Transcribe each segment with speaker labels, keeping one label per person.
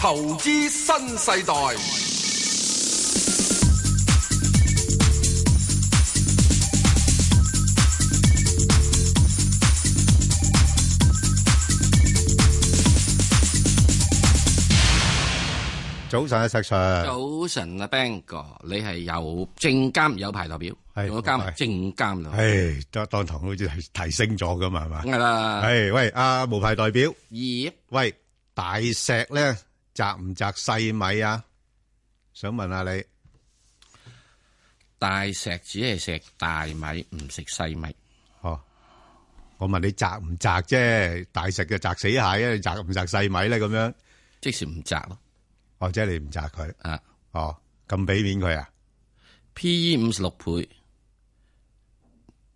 Speaker 1: 投資新世代。
Speaker 2: 早晨啊，石 Sir。
Speaker 3: 早晨啊，Bang 哥，你係有證監有牌代表，
Speaker 2: 係
Speaker 3: 我加埋
Speaker 2: 係
Speaker 3: 證監啦，
Speaker 2: 唉，當當堂好似提提升咗咁係嘛？
Speaker 3: 梗係啦，
Speaker 2: 係喂，阿無牌代表，
Speaker 3: 二
Speaker 2: 喂，大石咧摘唔摘細米啊？想問下你，
Speaker 3: 大石只係食大米，唔食細米。
Speaker 2: 哦，我問你摘唔摘啫？大石就摘死蟹啊，你摘唔摘細米咧？咁樣，
Speaker 3: 即是唔摘咯。
Speaker 2: 或者你唔摘佢，
Speaker 3: 啊
Speaker 2: 哦，咁俾面佢啊？
Speaker 3: ，P E 五十六倍，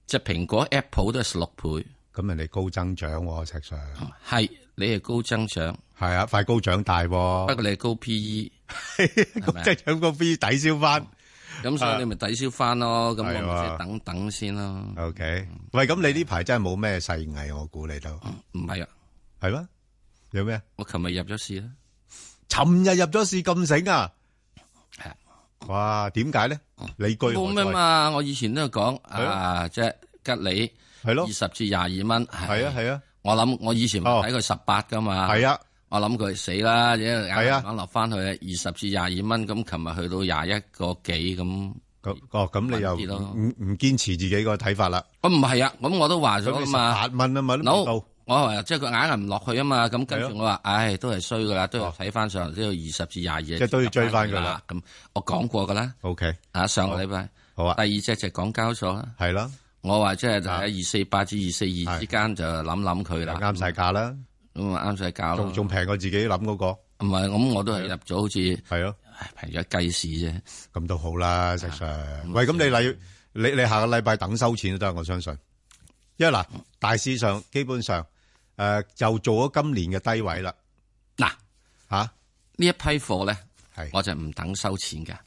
Speaker 3: 隻蘋果 Apple 都係十六倍，
Speaker 2: 咁人哋高增長喎，石 Sir，
Speaker 3: 係你係高增長，
Speaker 2: 係啊，快高長大
Speaker 3: 不
Speaker 2: 喎，
Speaker 3: 過你係高 P E，
Speaker 2: 高增長個 B 抵消翻。
Speaker 3: 咁所以你咪抵消翻咯。咁我
Speaker 2: 啊係啊
Speaker 3: 咪
Speaker 2: 喎
Speaker 3: 先等等先咯。
Speaker 2: OK，喂，咁你呢排真係冇咩細藝，我估你都
Speaker 3: 唔係啊，
Speaker 2: 係咩？有咩？
Speaker 3: 我琴日入咗市啦，
Speaker 2: 尋日入咗市咁醒啊！
Speaker 3: 係啊
Speaker 2: 哇，點解咧？理據
Speaker 3: 冇咩
Speaker 2: 何在？
Speaker 3: 嘛。我以前都有講
Speaker 2: 咯
Speaker 3: 啊，即係吉利。
Speaker 2: 係咯
Speaker 3: 二，十至廿二蚊，
Speaker 2: 係啊，係啊，
Speaker 3: 我諗我以前咪
Speaker 2: 哦
Speaker 3: 睇佢十八噶嘛，
Speaker 2: 係啊，
Speaker 3: 我諗佢死啦，因為
Speaker 2: 係啊
Speaker 3: 啱啱落翻去二十至廿二蚊，咁琴日去到廿一個幾咁，
Speaker 2: 咁哦，咁你又
Speaker 3: 穩啲咯
Speaker 2: 唔唔堅持自己個睇法啦？
Speaker 3: 我唔係啊，咁我都話咗
Speaker 2: 咁
Speaker 3: 噶
Speaker 2: 你十
Speaker 3: 嘛
Speaker 2: 八，蚊啊嘛，都
Speaker 3: 好
Speaker 2: 冇到，
Speaker 3: 我話即係佢硬係唔落去啊嘛，咁跟
Speaker 2: 係哦
Speaker 3: 住我話，唉，都係衰噶啦，都要睇翻上嚟都要二十至廿二，即
Speaker 2: 係都要追返佢啦。
Speaker 3: 咁我講過噶啦，
Speaker 2: OK，
Speaker 3: 啊上個禮拜，
Speaker 2: 好啊，
Speaker 3: 第二隻就係港交所啦，
Speaker 2: 係啦，
Speaker 3: 我話即係就
Speaker 2: 啊
Speaker 3: 喺二四八至二四二之間就諗諗佢啦，
Speaker 2: 啱晒價啦，
Speaker 3: 咁啊啱晒教
Speaker 2: 仲
Speaker 3: 咯，
Speaker 2: 仲平過自己諗嗰個，
Speaker 3: 唔係咁我都
Speaker 2: 啊
Speaker 3: 係入咗好似。
Speaker 2: 係咯，
Speaker 3: 唉，平咗計市啫，
Speaker 2: 咁都好啦，石 Sir。喂，咁你禮你你下個禮拜等收錢都得，我相信，因為嗱，大市上基本上誒就做咗今年嘅低位啦，
Speaker 3: 嗱
Speaker 2: 吓
Speaker 3: 呢一批貨咧，
Speaker 2: 係。
Speaker 3: 我就唔等收錢噶，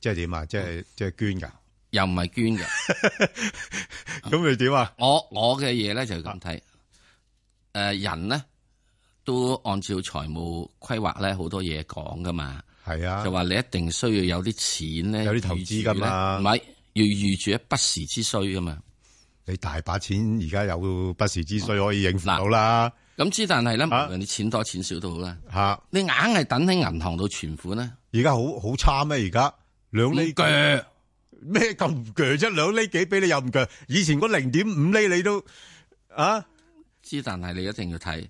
Speaker 2: 即係點啊？即係即係捐㗎？
Speaker 3: 又唔係捐嘅。
Speaker 2: 咁你點啊？
Speaker 3: 我我嘅嘢咧就係咁睇，诶、人咧都按照財務規劃咧好多嘢講噶嘛，
Speaker 2: 係啊
Speaker 3: 就，話你一定需要有啲錢咧，
Speaker 2: 有啲投資㗎嘛
Speaker 3: 預住咧唔係要預住一不時之需噶嘛。
Speaker 2: 你大把錢而家有不時之需可以應付到啦
Speaker 3: 咁之但係咧，無
Speaker 2: 啊
Speaker 3: 論你錢多錢少都好啦，
Speaker 2: 吓。嚇
Speaker 3: 你硬係等喺銀行度存款咧，
Speaker 2: 而家好好差咩？而家兩
Speaker 3: 呢
Speaker 2: 厘
Speaker 3: 嘅
Speaker 2: 咩咁唔鋸啫？兩厘幾俾你又唔鋸？以前嗰零點五厘你都啊
Speaker 3: 之但係你一定要睇。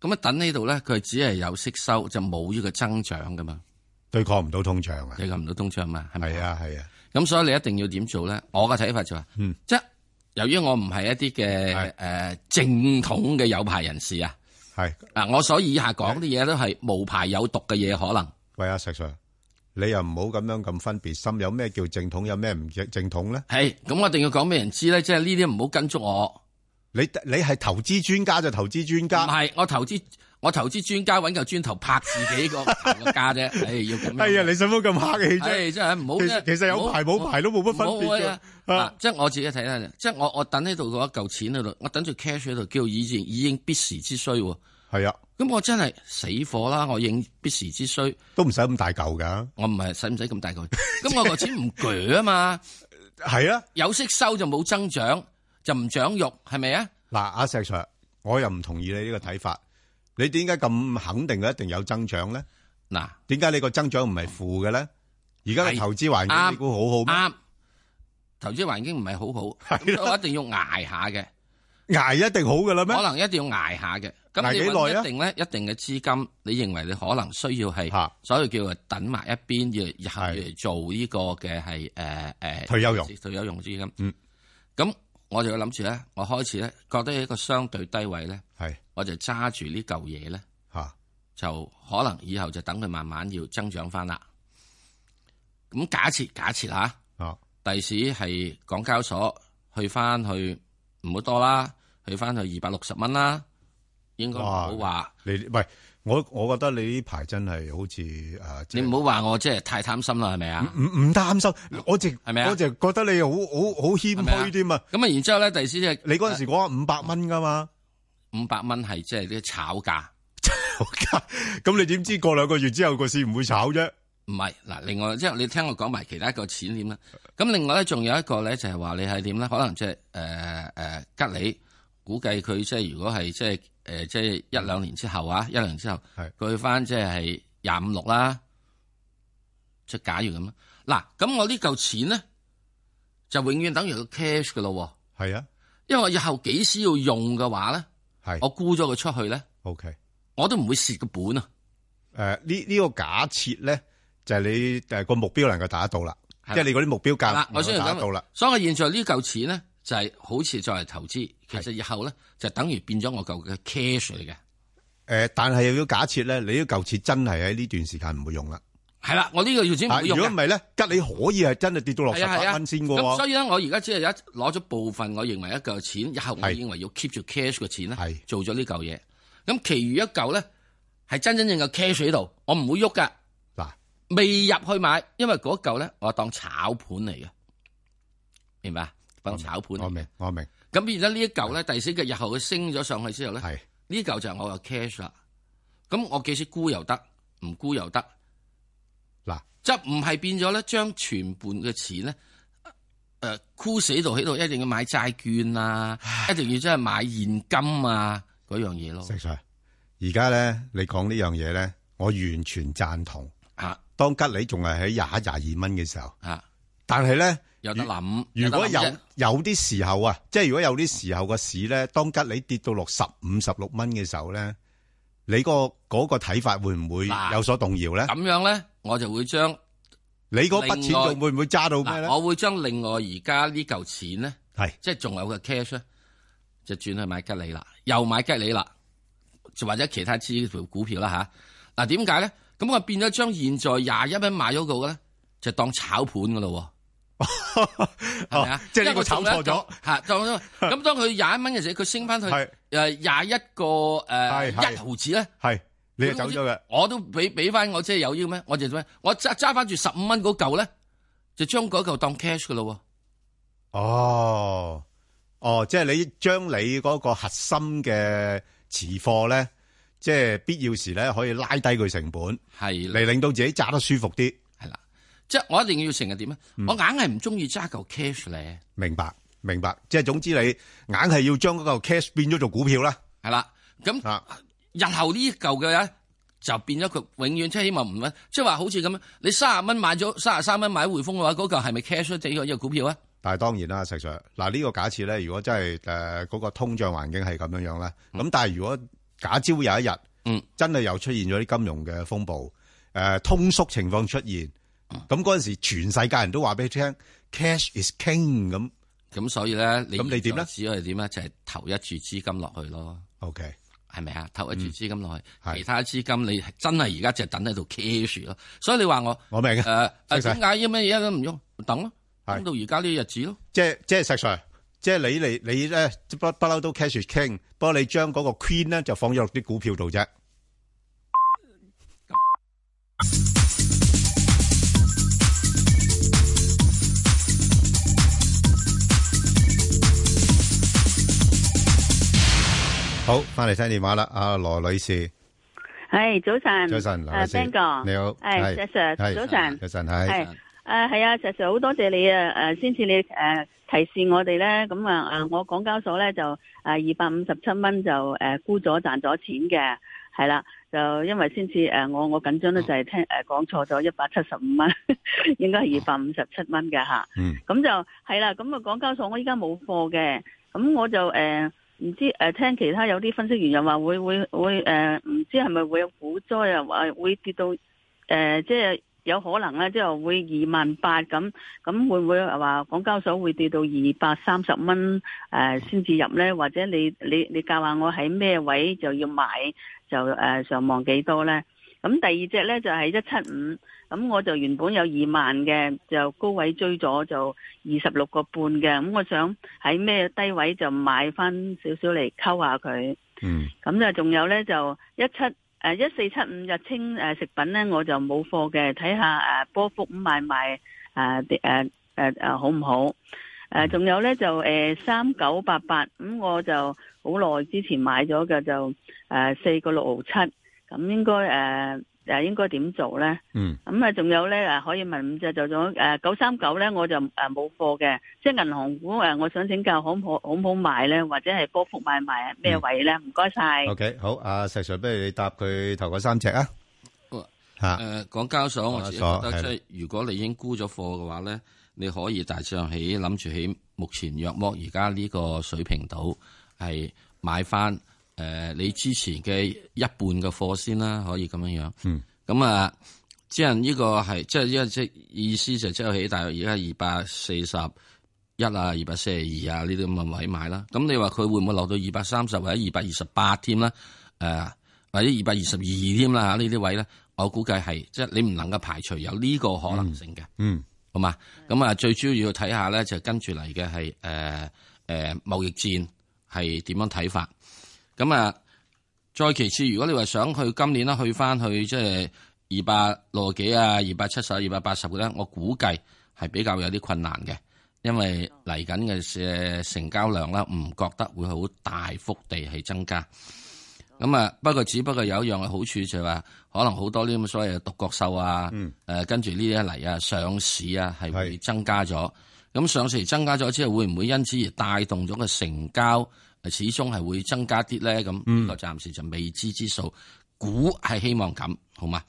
Speaker 3: 咁啊，等呢度咧，佢只係有息收，就冇呢個增長噶嘛。
Speaker 2: 對抗唔到通脹啊？
Speaker 3: 你撳唔到通脹嘛？係咪？
Speaker 2: 係。啊係啊，
Speaker 3: 咁所以你一定要點做咧？我嘅睇法就係，
Speaker 2: 嗯
Speaker 3: 即係由於我唔係一啲嘅
Speaker 2: 係
Speaker 3: 誒正統嘅有牌人士啊，
Speaker 2: 係
Speaker 3: 嗱，我所以以下講啲嘢都係無牌有毒嘅嘢，可能
Speaker 2: 喂阿石 Sir，你又唔好咁樣咁分別心，有咩叫正統，有咩唔正正統咧？
Speaker 3: 係咁，我一定要講俾人知咧，即係呢啲唔好跟足我，
Speaker 2: 你你係投資專家就投資專
Speaker 3: 唔
Speaker 2: 家。
Speaker 3: 係我投資我投資專家揾嚿磚頭拍自 己個頭個家啫，誒要咁樣。
Speaker 2: 哎呀，你使乜咁客氣啫？
Speaker 3: 唉真係唔好
Speaker 2: 其實
Speaker 3: 啫。
Speaker 2: 其實有
Speaker 3: 唔好
Speaker 2: 牌冇牌都冇乜分別
Speaker 3: 唔好啊
Speaker 2: 嘅啊
Speaker 3: 嗱，即係我自己睇啦，即係我我等喺度嗰一嚿錢喺度，我等住 cash 喺度，叫以前已應必時之需喎。
Speaker 2: 係啊。
Speaker 3: 咁我真係死火啦！我應必時之需，
Speaker 2: 都唔使咁大嚿噶，
Speaker 3: 我唔係使唔使 咁大個？咁我個錢唔鋸啊嘛，
Speaker 2: 係啊，
Speaker 3: 有息收就冇增長，就唔長肉，係咪啊？
Speaker 2: 嗱，阿石 Sir，我又唔同意你呢個睇法。你點解咁肯定佢一定有增長咧？
Speaker 3: 嗱，
Speaker 2: 點解你個增長唔係負嘅咧？而家嘅
Speaker 3: 係
Speaker 2: 投資環境
Speaker 3: 啱
Speaker 2: 你估好好咩？
Speaker 3: 啱，投資環境唔係好好，
Speaker 2: 係啦
Speaker 3: 咁所以我一定要捱下嘅，
Speaker 2: 捱一定好嘅啦咩
Speaker 3: 可？能一定要捱下嘅。咁
Speaker 2: 捱
Speaker 3: 你
Speaker 2: 幾耐
Speaker 3: 揾
Speaker 2: 啊
Speaker 3: 一定咧，一定嘅資金，你認為你可能需要係
Speaker 2: 嚇，
Speaker 3: 所以叫做等埋一邊，要以後要
Speaker 2: 係
Speaker 3: 嚟做呢個嘅係誒誒
Speaker 2: 退休用
Speaker 3: 退休用資金。
Speaker 2: 嗯，
Speaker 3: 咁我就要諗住咧，我開始咧覺得一個相對低位咧。
Speaker 2: 係
Speaker 3: 我就揸住呢嚿嘢咧，
Speaker 2: 吓，
Speaker 3: 就可能以後就等佢慢慢要增長翻啦。咁假設假設吓，
Speaker 2: 哦，
Speaker 3: 第時係港交所去翻去唔好多啦，去翻去二百六十蚊啦，應該唔好話
Speaker 2: 你喂，我我覺得你呢排真係好似誒，即
Speaker 3: 你
Speaker 2: 係嗯
Speaker 3: 唔好話我即係太貪心啦，係咪啊？
Speaker 2: 唔唔擔心，我直
Speaker 3: 係咪啊
Speaker 2: 我直覺得你好好好謙
Speaker 3: 係咪啊
Speaker 2: 虛添啊！
Speaker 3: 咁啊，然之後咧，第時即係呃
Speaker 2: 你嗰陣時講五百蚊噶嘛，
Speaker 3: 五百蚊係即係啲炒價，
Speaker 2: 有價，咁你點知過兩個月之後個市唔會炒啫？
Speaker 3: 唔係嗱，另外即係你聽我講埋其他一個錢點啦。咁另外咧，仲有一個咧就係話你係點咧？可能即係誒誒吉利，估計佢即係如果係即係誒即係一兩年之後啊，一兩年之後
Speaker 2: 係，
Speaker 3: 佢去翻即係廿五六啦。即係假如咁啦，嗱，咁我呢嚿錢咧就永遠等於個 cash 噶咯
Speaker 2: 係啊，
Speaker 3: 喎，因為我日後幾時要用嘅話咧，
Speaker 2: 係
Speaker 3: 我沽咗佢出去咧，
Speaker 2: OK。
Speaker 3: 我都唔會蝕個本啊。
Speaker 2: 誒呢呢個假設咧，就係、你誒個目標能夠達得到啦，
Speaker 3: 係啦
Speaker 2: 即係你嗰啲目標價
Speaker 3: 嗱，我
Speaker 2: 能
Speaker 3: 先
Speaker 2: 夠
Speaker 3: 嚟
Speaker 2: 達得到
Speaker 3: 講
Speaker 2: 啦，，
Speaker 3: 所以我現在呢嚿錢咧就係好似作為投資，其實以後咧就等於變咗我嚿嘅 cash 嚟嘅。
Speaker 2: 誒、但係又要假設咧，你呢嚿錢真係喺呢段時間唔會用啦。
Speaker 3: 係啦，我呢個要錢唔
Speaker 2: 啊
Speaker 3: 會
Speaker 2: 如
Speaker 3: 用
Speaker 2: 果唔
Speaker 3: 嘅。
Speaker 2: 係咧，吉你可以係真係跌到落十
Speaker 3: 係啊係
Speaker 2: 八
Speaker 3: 啊，
Speaker 2: 蚊先嘅
Speaker 3: 咁所
Speaker 2: 喎。
Speaker 3: 以咧，我而家只係有一攞咗部分，我認為一嚿錢，以後我
Speaker 2: 係
Speaker 3: 認為要 keep 住 cash 嘅錢咧
Speaker 2: 係，
Speaker 3: 做咗呢嚿嘢。咁其餘一嚿咧係真真正嘅 cash 喺度，我唔會喐噶，
Speaker 2: 嗱，
Speaker 3: 未入去買，因為嗰嚿咧我當炒盤嚟嘅，明白？當炒盤嚟嘅。
Speaker 2: 我明我明，
Speaker 3: 咁變咗呢一嚿咧，第四嘅日後佢升咗上去之後咧。
Speaker 2: 係
Speaker 3: 呢嚿就係我嘅 cash 啦。咁我幾時沽又得，唔沽又得，
Speaker 2: 嗱
Speaker 3: 即係唔係變咗咧？將全盤嘅錢咧，誒、沽死度喺度，一定要買債券啊，一定要真係買現金啊嗰樣嘢咯。
Speaker 2: 石 Sir，而家咧你講呢樣嘢咧，我完全贊同。
Speaker 3: 嚇
Speaker 2: 當吉你仲係喺廿一廿二蚊嘅時候，
Speaker 3: 嚇，
Speaker 2: 但係咧。
Speaker 3: 有得諗。
Speaker 2: 如果有
Speaker 3: 得諗啫
Speaker 2: 有啲時候啊，即係如果有啲時候個市咧，當吉你跌到落十五十六蚊嘅時候咧，你個嗰個睇法會唔會
Speaker 3: 嗱
Speaker 2: 有所動搖咧？
Speaker 3: 咁樣咧，我就會將
Speaker 2: 你嗰筆錢
Speaker 3: 另外
Speaker 2: 仲會唔會揸到咩
Speaker 3: 嗱，
Speaker 2: 咧？
Speaker 3: 我會將另外而家呢嚿錢咧，
Speaker 2: 係
Speaker 3: 即係仲有嘅 cash 咧，就轉去買吉利啦，又買吉利啦，就或者其他支票股票啦吓，嗱點解咧？咁我變咗將現在廿一蚊買咗個咧，就當炒盤噶咯喎，係咪
Speaker 2: 哦
Speaker 3: 啊？
Speaker 2: 即係呢個炒錯咗
Speaker 3: 嚇，當咗咁當佢廿一蚊嘅時候，佢升翻去
Speaker 2: 係
Speaker 3: 誒廿一個誒
Speaker 2: 係係
Speaker 3: 一毫子咧。
Speaker 2: 係你就走咗嘅，
Speaker 3: 我都俾俾翻我，即係有要咩？我就咩？我揸揸翻住十五蚊嗰嚿咧，就將嗰嚿當 cash 噶咯
Speaker 2: 哦哦，即係你將你嗰個核心嘅持貨咧，即係必要時咧可以拉低佢成本，
Speaker 3: 喎。係啦
Speaker 2: 嚟令到自己揸得舒服啲，
Speaker 3: 係啦，即係我一定要成日點咧？
Speaker 2: 嗯
Speaker 3: 我硬係唔中意揸嚿 cash 咧，
Speaker 2: 明白明白。即係總之你硬係要將嗰個 cash 變咗做股票啦，
Speaker 3: 係啦。咁
Speaker 2: 啊。
Speaker 3: 日後呢嚿嘅咧就變咗佢永遠即係希望唔蚊，即係話好似咁樣，你三十蚊買咗三十三蚊買匯豐嘅話，嗰嚿係咪 cash 咗呢個呢個股票啊？
Speaker 2: 但係當然啦，石 Sir，嗱呢個假設咧，如果真係誒嗰個通脹環境係咁樣樣咧，咁、但係如果假朝有一日，
Speaker 3: 嗯，
Speaker 2: 真係又出現咗啲金融嘅風暴，誒、通縮情況出現，咁嗰陣時全世界人都話俾你聽，cash is king 咁
Speaker 3: 咁所以咧，你
Speaker 2: 咁你點咧
Speaker 3: 現在只可以點咧？就係投一注資金落去咯，
Speaker 2: ，OK，
Speaker 3: 係咪啊？投一注資金落去，
Speaker 2: 嗯係
Speaker 3: 其他資金你真係而家就等喺度 cash 咯。所以你 話我
Speaker 2: 我明嘅，
Speaker 3: 誒誒
Speaker 2: 識晒
Speaker 3: 點解因咩嘢都唔用等咯，
Speaker 2: 係
Speaker 3: 等到而家呢日子咯。
Speaker 2: 即係即係石 Sir，即係你嚟你咧不不嬲都 cash is king，不過你將嗰個 queen 咧就放咗落啲股票度啫。好，翻嚟聽電話啦，阿羅女士，
Speaker 4: 系哎早晨，呃
Speaker 2: 早晨，羅
Speaker 4: 诶
Speaker 2: 女士，
Speaker 4: 嗯啊，Ben 哥，
Speaker 2: 你好，
Speaker 4: 系石 Sir，
Speaker 2: 係
Speaker 4: 早晨，
Speaker 2: 早晨，係，
Speaker 4: 係诶系啊，石 Sir 好多謝你啊，诶，先至你诶提示我哋咧，咁啊诶，我港交所咧就诶二百五十七蚊就诶沽咗賺咗錢嘅，係啦，就因為先至诶我我緊
Speaker 2: 哦
Speaker 4: 張咧就係聽诶講錯咗一百七十五蚊， 應該係二百五十七蚊嘅吓。
Speaker 2: 哦嗯，
Speaker 4: 咁就係啦，咁啊港交所我依家冇貨嘅，咁我就誒唔、知誒、呃、聽其他有啲分析員又話會會會誒唔、知係咪會有股災啊，話會跌到誒、呃即係有可能咧，即係會二萬八咁，咁會唔會話港交所會跌到二百三十蚊誒先至入咧？或者你你你教下我喺咩位就要買，就誒、呃上望幾多咧？咁第二隻咧就係一七五，咁我就原本有二萬嘅，就高位追咗就二十六個半嘅，咁我想喺咩低位就買翻少少嚟溝下佢。
Speaker 2: 嗯，
Speaker 4: 咁就仲有呢，就一七誒一四七五日清誒、呃食品呢，我就冇貨嘅，睇下誒呃波幅買唔賣誒啲誒誒誒好唔好？誒仲有呢，就誒三九八呃八，咁我就好耐之前買咗嘅就誒四個六毫七，咁咁應該誒誒應該點做咧？
Speaker 2: 嗯，
Speaker 4: 咁啊，仲有咧誒，可以問五隻就咗誒九三九咧，我就誒冇貨嘅，即係銀行股呃誒，我想請教可唔可好唔好買咧，或者係波幅買賣咩位咧？唔該晒。
Speaker 2: OK，好，阿石 Sir，不如你答佢頭嗰三隻啊
Speaker 3: 好。
Speaker 2: 吓，
Speaker 3: 誒呃港交所，我自己覺
Speaker 2: 港交所
Speaker 3: 得
Speaker 2: 係
Speaker 3: 即係如果你已經沽咗貨嘅話咧，你可以大致上喺諗住喺目前約莫而家呢個水平度係買翻誒、你之前嘅一半嘅貨先啦，可以咁樣樣。
Speaker 2: 嗯。
Speaker 3: 咁啊，即係呢個係即係因為即係意思就即係喺大約而家二百四十一啊、二百四十二啊呢啲咁嘅位買啦。咁你話佢會唔會落到二百三十或者二百二十八添呃啦？誒、或者二百二十二添啦嚇呢啲位咧，我估計係即係你唔能夠排除有呢個可能性嘅，
Speaker 2: 嗯
Speaker 3: 好嘛？咁啊，最主要要睇下咧，就跟住嚟嘅係呃誒誒貿易戰係點樣睇法。咁啊，再其次，如果你話想去今年咧，去翻去即係二百六幾啊，二百七十、二百八十嘅咧，我估計係比較有啲困難嘅，因為嚟緊嘅誒成交量啦，唔覺得會好大幅地係增加。咁啊，不過只不過有一樣嘅好處就係話，可能好多呢啲咁嘅所謂嘅獨角獸啊，誒、
Speaker 2: 嗯
Speaker 3: 跟住呢啲一嚟啊上市啊，係會
Speaker 2: 係
Speaker 3: 增加咗。咁上市增加咗之後，會唔會因此而帶動咗個成交？始終係會增加啲咧，咁呢個暫時就未知之數。估係希望咁，好嘛？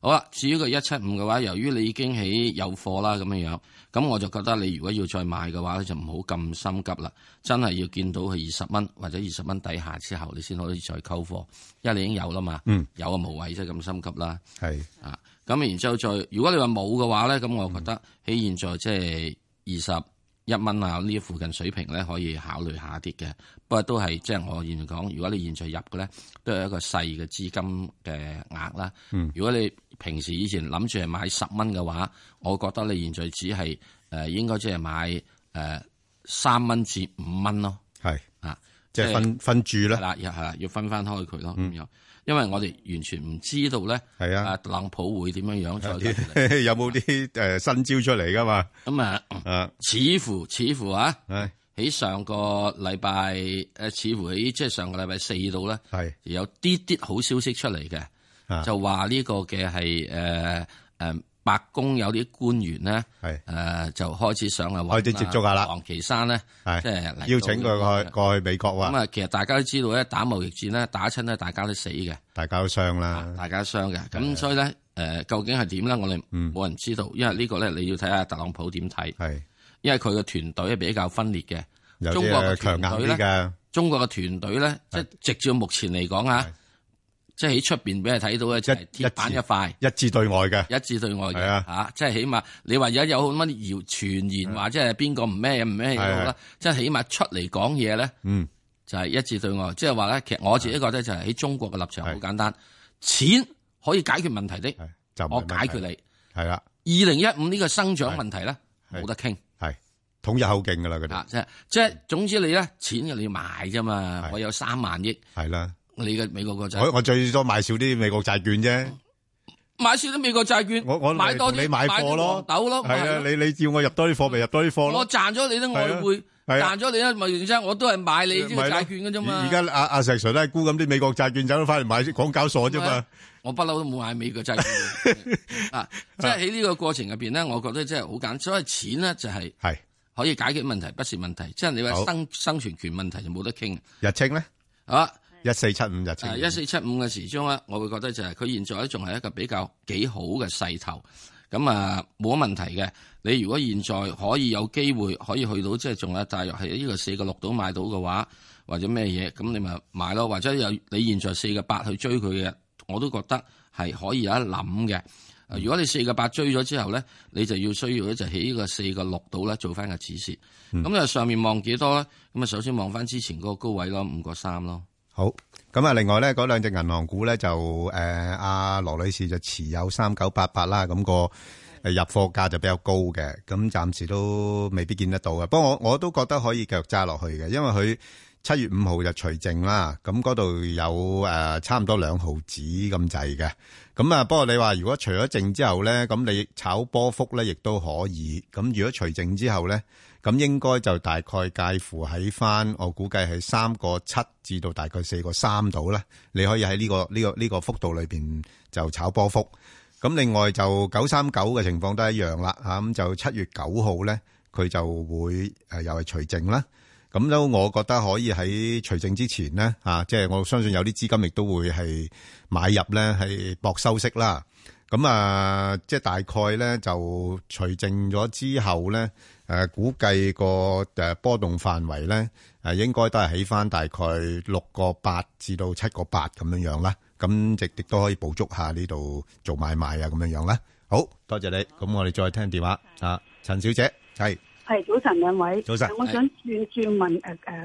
Speaker 3: 好啦，至於個一七五嘅話，由於你已經喺有貨啦咁樣樣，咁我就覺得你如果要再買嘅話咧，就唔好咁心急啦。真係要見到佢二十蚊或者二十蚊底下之後，你先可以再溝貨，因為你已經有啦嘛。
Speaker 2: 嗯，
Speaker 3: 有啊無謂啫，咁心急啦。
Speaker 2: 系，
Speaker 3: 啊，咁然之後再，如果你話冇嘅話咧，咁我覺
Speaker 2: 嗯
Speaker 3: 得喺現在即係二十一蚊啊呢附近水平咧，可以考慮下啲嘅。不過都係即係我現在講，如果你現在入嘅咧，都係一個細嘅資金嘅額啦。
Speaker 2: 嗯
Speaker 3: 如果你平時以前諗住係買十蚊嘅話，我覺得你現在只係誒、呃、應該即係買誒三蚊至五蚊咯。
Speaker 2: 系
Speaker 3: 啊，
Speaker 2: 即
Speaker 3: 即
Speaker 2: 係
Speaker 3: 係
Speaker 2: 分分注
Speaker 3: 係
Speaker 2: 啦，
Speaker 3: 啦，又係啦要分翻開佢咯咁樣，因為我哋完全唔知道咧，
Speaker 2: 係啊
Speaker 3: 啊特朗普會點樣樣再出嚟。
Speaker 2: 有冇啲诶新招出嚟噶嘛？
Speaker 3: 咁啊，
Speaker 2: 啊，
Speaker 3: 似乎似乎啊，
Speaker 2: 系
Speaker 3: 喺上個禮拜誒，似乎喺即係上個禮拜四度咧，
Speaker 2: 系
Speaker 3: 有啲啲好消息出嚟嘅，
Speaker 2: 啊
Speaker 3: 就話呢個嘅係誒誒白宮有啲官員咧誒、
Speaker 2: 系
Speaker 3: 就開始上嚟揾啊
Speaker 2: 開始接觸下啦
Speaker 3: 王岐山咧即係
Speaker 2: 系，
Speaker 3: 嚟
Speaker 2: 邀
Speaker 3: 到
Speaker 2: 請佢過去过去美國
Speaker 3: 咁
Speaker 2: 喎，
Speaker 3: 啊，其實大家都知道咧，打貿易戰咧，打親咧，大家都死嘅。
Speaker 2: 大家都傷啦，
Speaker 3: 大家傷嘅。咁所以咧，誒、究竟係點咧？我哋
Speaker 2: 嗯
Speaker 3: 冇人知道，因為呢個咧你要睇下特朗普點睇，
Speaker 2: 係
Speaker 3: 因為佢嘅團隊係比較分裂嘅。
Speaker 2: 有
Speaker 3: 中國
Speaker 2: 啲
Speaker 3: 嘅
Speaker 2: 強
Speaker 3: 團
Speaker 2: 硬
Speaker 3: 隊
Speaker 2: 啲嘅，
Speaker 3: 中國嘅團隊咧，即係直至到目前嚟講啊
Speaker 2: 係，
Speaker 3: 即係喺出邊俾人睇到嘅就係
Speaker 2: 一
Speaker 3: 鐵板一塊。
Speaker 2: 一致對外嘅，
Speaker 3: 一致對外嘅
Speaker 2: 係啊啊
Speaker 3: 嚇、即係起碼你話而家有好乜謠傳言話，即係邊個唔咩唔咩嘢好
Speaker 2: 係係啊
Speaker 3: 啦，即係起碼出嚟講嘢咧，
Speaker 2: 嗯，
Speaker 3: 就係一致對外，即係話咧，其實我自己覺得就係喺中國嘅立場好
Speaker 2: 係
Speaker 3: 簡單，錢可以解決問題的，
Speaker 2: 係就唔
Speaker 3: 我
Speaker 2: 係
Speaker 3: 解決
Speaker 2: 問題，
Speaker 3: 你。
Speaker 2: 係啦，
Speaker 3: 二零一五呢個生長問題咧，
Speaker 2: 係
Speaker 3: 冇得傾
Speaker 2: 係統一口徑噶啦，佢
Speaker 3: 啊
Speaker 2: 哋！
Speaker 3: 即係即係總之你咧錢嘅你要買啫嘛
Speaker 2: 係，
Speaker 3: 我有三萬億，
Speaker 2: 係啦，
Speaker 3: 你嘅美國國
Speaker 2: 我
Speaker 3: 債
Speaker 2: 我最多買少啲美國債券啫。
Speaker 3: 買少啲美國債券，
Speaker 2: 我我
Speaker 3: 買多
Speaker 2: 同你
Speaker 3: 啲
Speaker 2: 買貨咯
Speaker 3: 買啲黃豆咯，
Speaker 2: 係
Speaker 3: 咪係
Speaker 2: 啊，
Speaker 3: 咯
Speaker 2: 你你叫我入多啲貨咪入多啲貨
Speaker 3: 我
Speaker 2: 咯。
Speaker 3: 賺咗你啲外匯，
Speaker 2: 係啊
Speaker 3: 賺咗你啲貿易商，我都係買你呢個
Speaker 2: 咪咯
Speaker 3: 債券嘅啫嘛。
Speaker 2: 而而家阿阿石 Sir 都係沽咁啲美國債券走咗翻嚟買港交所啫嘛。
Speaker 3: 我不嬲都冇買美國債券 啊！即係喺呢個過程入邊咧，我覺得真係好簡單，所以錢咧就係
Speaker 2: 係
Speaker 3: 可以解決問題，不是問題。即係你
Speaker 2: 好
Speaker 3: 話生生存權問題就冇得傾
Speaker 2: 日清咧，
Speaker 3: 啊！
Speaker 2: 一四七五日清
Speaker 3: 誒一四七五嘅時鐘咧，我會覺得就係佢現在咧仲係一個比較幾好嘅勢頭，咁啊冇乜問題嘅。你如果現在可以有機會可以去到即係仲有大約係呢個四個六度買到嘅話，或者咩嘢，咁你咪買咯，或者有你現在四個八去追佢嘅，我都覺得係可以有得諗嘅。啊如果你四個八追咗之後咧，你就要需要咧就喺呢個四個六度咧做翻個指示。咁、啊上面望幾多咧？咁啊首先望翻之前嗰個高位咯，五個三咯。
Speaker 2: 好。咁啊，另外咧，嗰兩隻銀行股咧就誒，呃阿羅女士就持有三九八八啦，咁個呃入貨價就比較高嘅，咁暫時都未必見得到嘅。不過我我都覺得可以繼續揸落去嘅，因為佢七月五號就除淨啦，咁嗰度有誒、呃差唔多兩毫子咁滯嘅。咁啊，不過你話如果除咗淨之後咧，咁你炒波幅咧亦都可以。咁如果除淨之後咧，咁應該就大概介乎喺翻，我估計係三個七至到大概四個三度啦。你可以喺呢、個呢、個呢、個幅度裏邊就炒波幅。咁另外就九三九嘅情況都一樣啦，嚇咁就七月九號咧，佢就會誒又係除淨啦。咁都我覺得可以喺除淨之前咧，嚇、即係我相信有啲資金亦都會係買入咧，係博收息啦。咁啊，即係大概咧就除淨咗之後咧，誒、呃估計個誒波動範圍咧，誒、應該都係起翻大概六個八至到七個八咁樣樣啦。咁亦亦都可以捕捉下呢度做買賣啊咁樣樣啦。好多謝你，咁我哋再聽電話啊，陳小姐係
Speaker 5: 系早晨，兩位
Speaker 2: 早晨
Speaker 5: 我想轉轉問诶诶诶，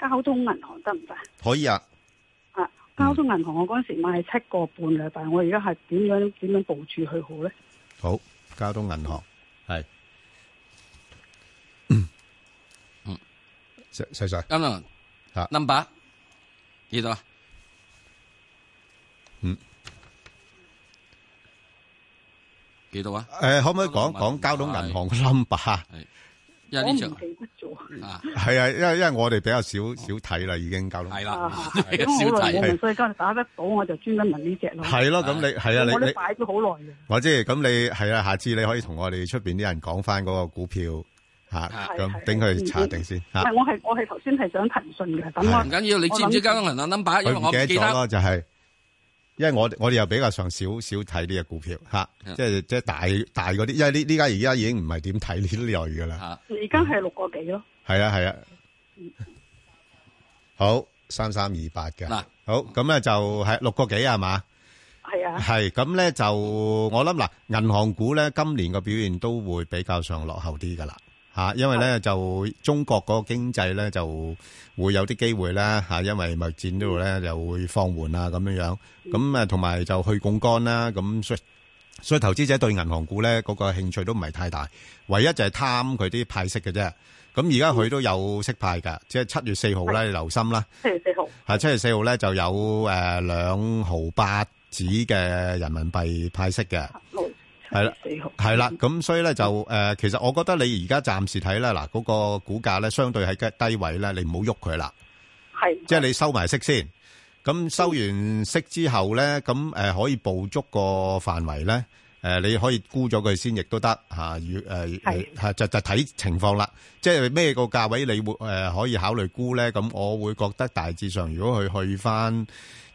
Speaker 5: 交通銀行得唔得
Speaker 2: 可以啊。
Speaker 5: 啊？
Speaker 2: 嗯
Speaker 5: 交通銀行我嗰陣時買係七個半兩但我而家係點樣點樣部署佢好咧？
Speaker 2: 好，交通銀行係，
Speaker 3: 嗯，
Speaker 2: 細細 Sir，
Speaker 3: 啱啦
Speaker 2: 啊
Speaker 3: ，number 幾多啊？
Speaker 2: 嗯，
Speaker 3: 幾多啊？
Speaker 2: 誒可唔可以講
Speaker 3: 交通
Speaker 2: 講
Speaker 3: 銀
Speaker 2: 交通
Speaker 3: 行
Speaker 2: 銀行個 number 啊？
Speaker 3: 因
Speaker 5: 我唔
Speaker 3: 為呢
Speaker 5: 記
Speaker 3: 場
Speaker 5: 得咗，
Speaker 3: 啊，
Speaker 2: 係啊，因為因為我哋比較少少睇啦，已經交通
Speaker 3: 係啦
Speaker 5: 啊，
Speaker 3: 係
Speaker 5: 咁
Speaker 3: 啊
Speaker 5: 我好
Speaker 3: 小
Speaker 5: 耐
Speaker 3: 弟
Speaker 5: 冇問，所以今日打得到我就專登問呢只咯。
Speaker 2: 係咯，咁你係啊，
Speaker 5: 我
Speaker 2: 你
Speaker 5: 都
Speaker 2: 你
Speaker 5: 擺咗好耐嘅。
Speaker 2: 我知，咁你係啊，下次你可以同我哋出邊啲人講翻嗰個股票嚇，
Speaker 3: 係嗯
Speaker 2: 咁
Speaker 5: 係
Speaker 2: 等佢查定先嚇
Speaker 5: 唔。係，我係我係頭先係想騰訊嘅，咁
Speaker 2: 啊係
Speaker 5: 我
Speaker 3: 唔緊要，你知唔知交通銀行 number？因為
Speaker 2: 佢
Speaker 3: 我
Speaker 2: 唔
Speaker 3: 唔
Speaker 2: 記
Speaker 3: 記
Speaker 2: 得咗
Speaker 3: 得。
Speaker 2: 咯，就係因為我我哋又比較上少少睇呢只股票嚇，
Speaker 3: 嗯
Speaker 2: 即係即係大大嗰啲，因為呢呢家而家已經唔係點睇呢類噶啦。
Speaker 3: 啊，
Speaker 5: 而家係六個幾咯。
Speaker 2: 系啊系啊，好三三二八嘅，
Speaker 3: 嗯嗱
Speaker 2: 好咁咧就系六個幾啊係嘛，
Speaker 5: 係啊，
Speaker 2: 係咁咧就我諗嗱，銀行股咧今年個表現都會比較上落後啲噶啦。吓，因為咧就中國嗰個經濟咧就會有啲機會啦吓，因為貿易戰呢度咧就會放緩啊咁樣樣，咁啊同埋就去槓桿啦，咁所以所以投資者對銀行股咧嗰個興趣都唔係太大，唯一就係貪佢啲派息嘅啫。咁而家佢都有息派㗎，即係七月四號咧，你留心啦。
Speaker 5: 七月四號。
Speaker 2: 啊，七月四號咧就有誒兩毫八子嘅人民幣派息嘅，
Speaker 5: 六
Speaker 2: 係啦
Speaker 5: 七月四號。嗯
Speaker 2: 係啦，咁所以咧就誒、呃其實我覺得你而家暫時睇咧，嗱、嗰個股價咧相對喺嘅低位咧，你唔好喐佢啦。
Speaker 5: 係
Speaker 2: 即係你收埋息先。咁收完息之後咧，咁誒、呃可以捕捉個範圍咧。誒、你可以估咗佢先，亦都得嚇。如誒
Speaker 5: 係
Speaker 2: 係就就睇情況啦。即係咩個價位你會誒、呃可以考慮估咧？咁我會覺得大致上，如果佢去翻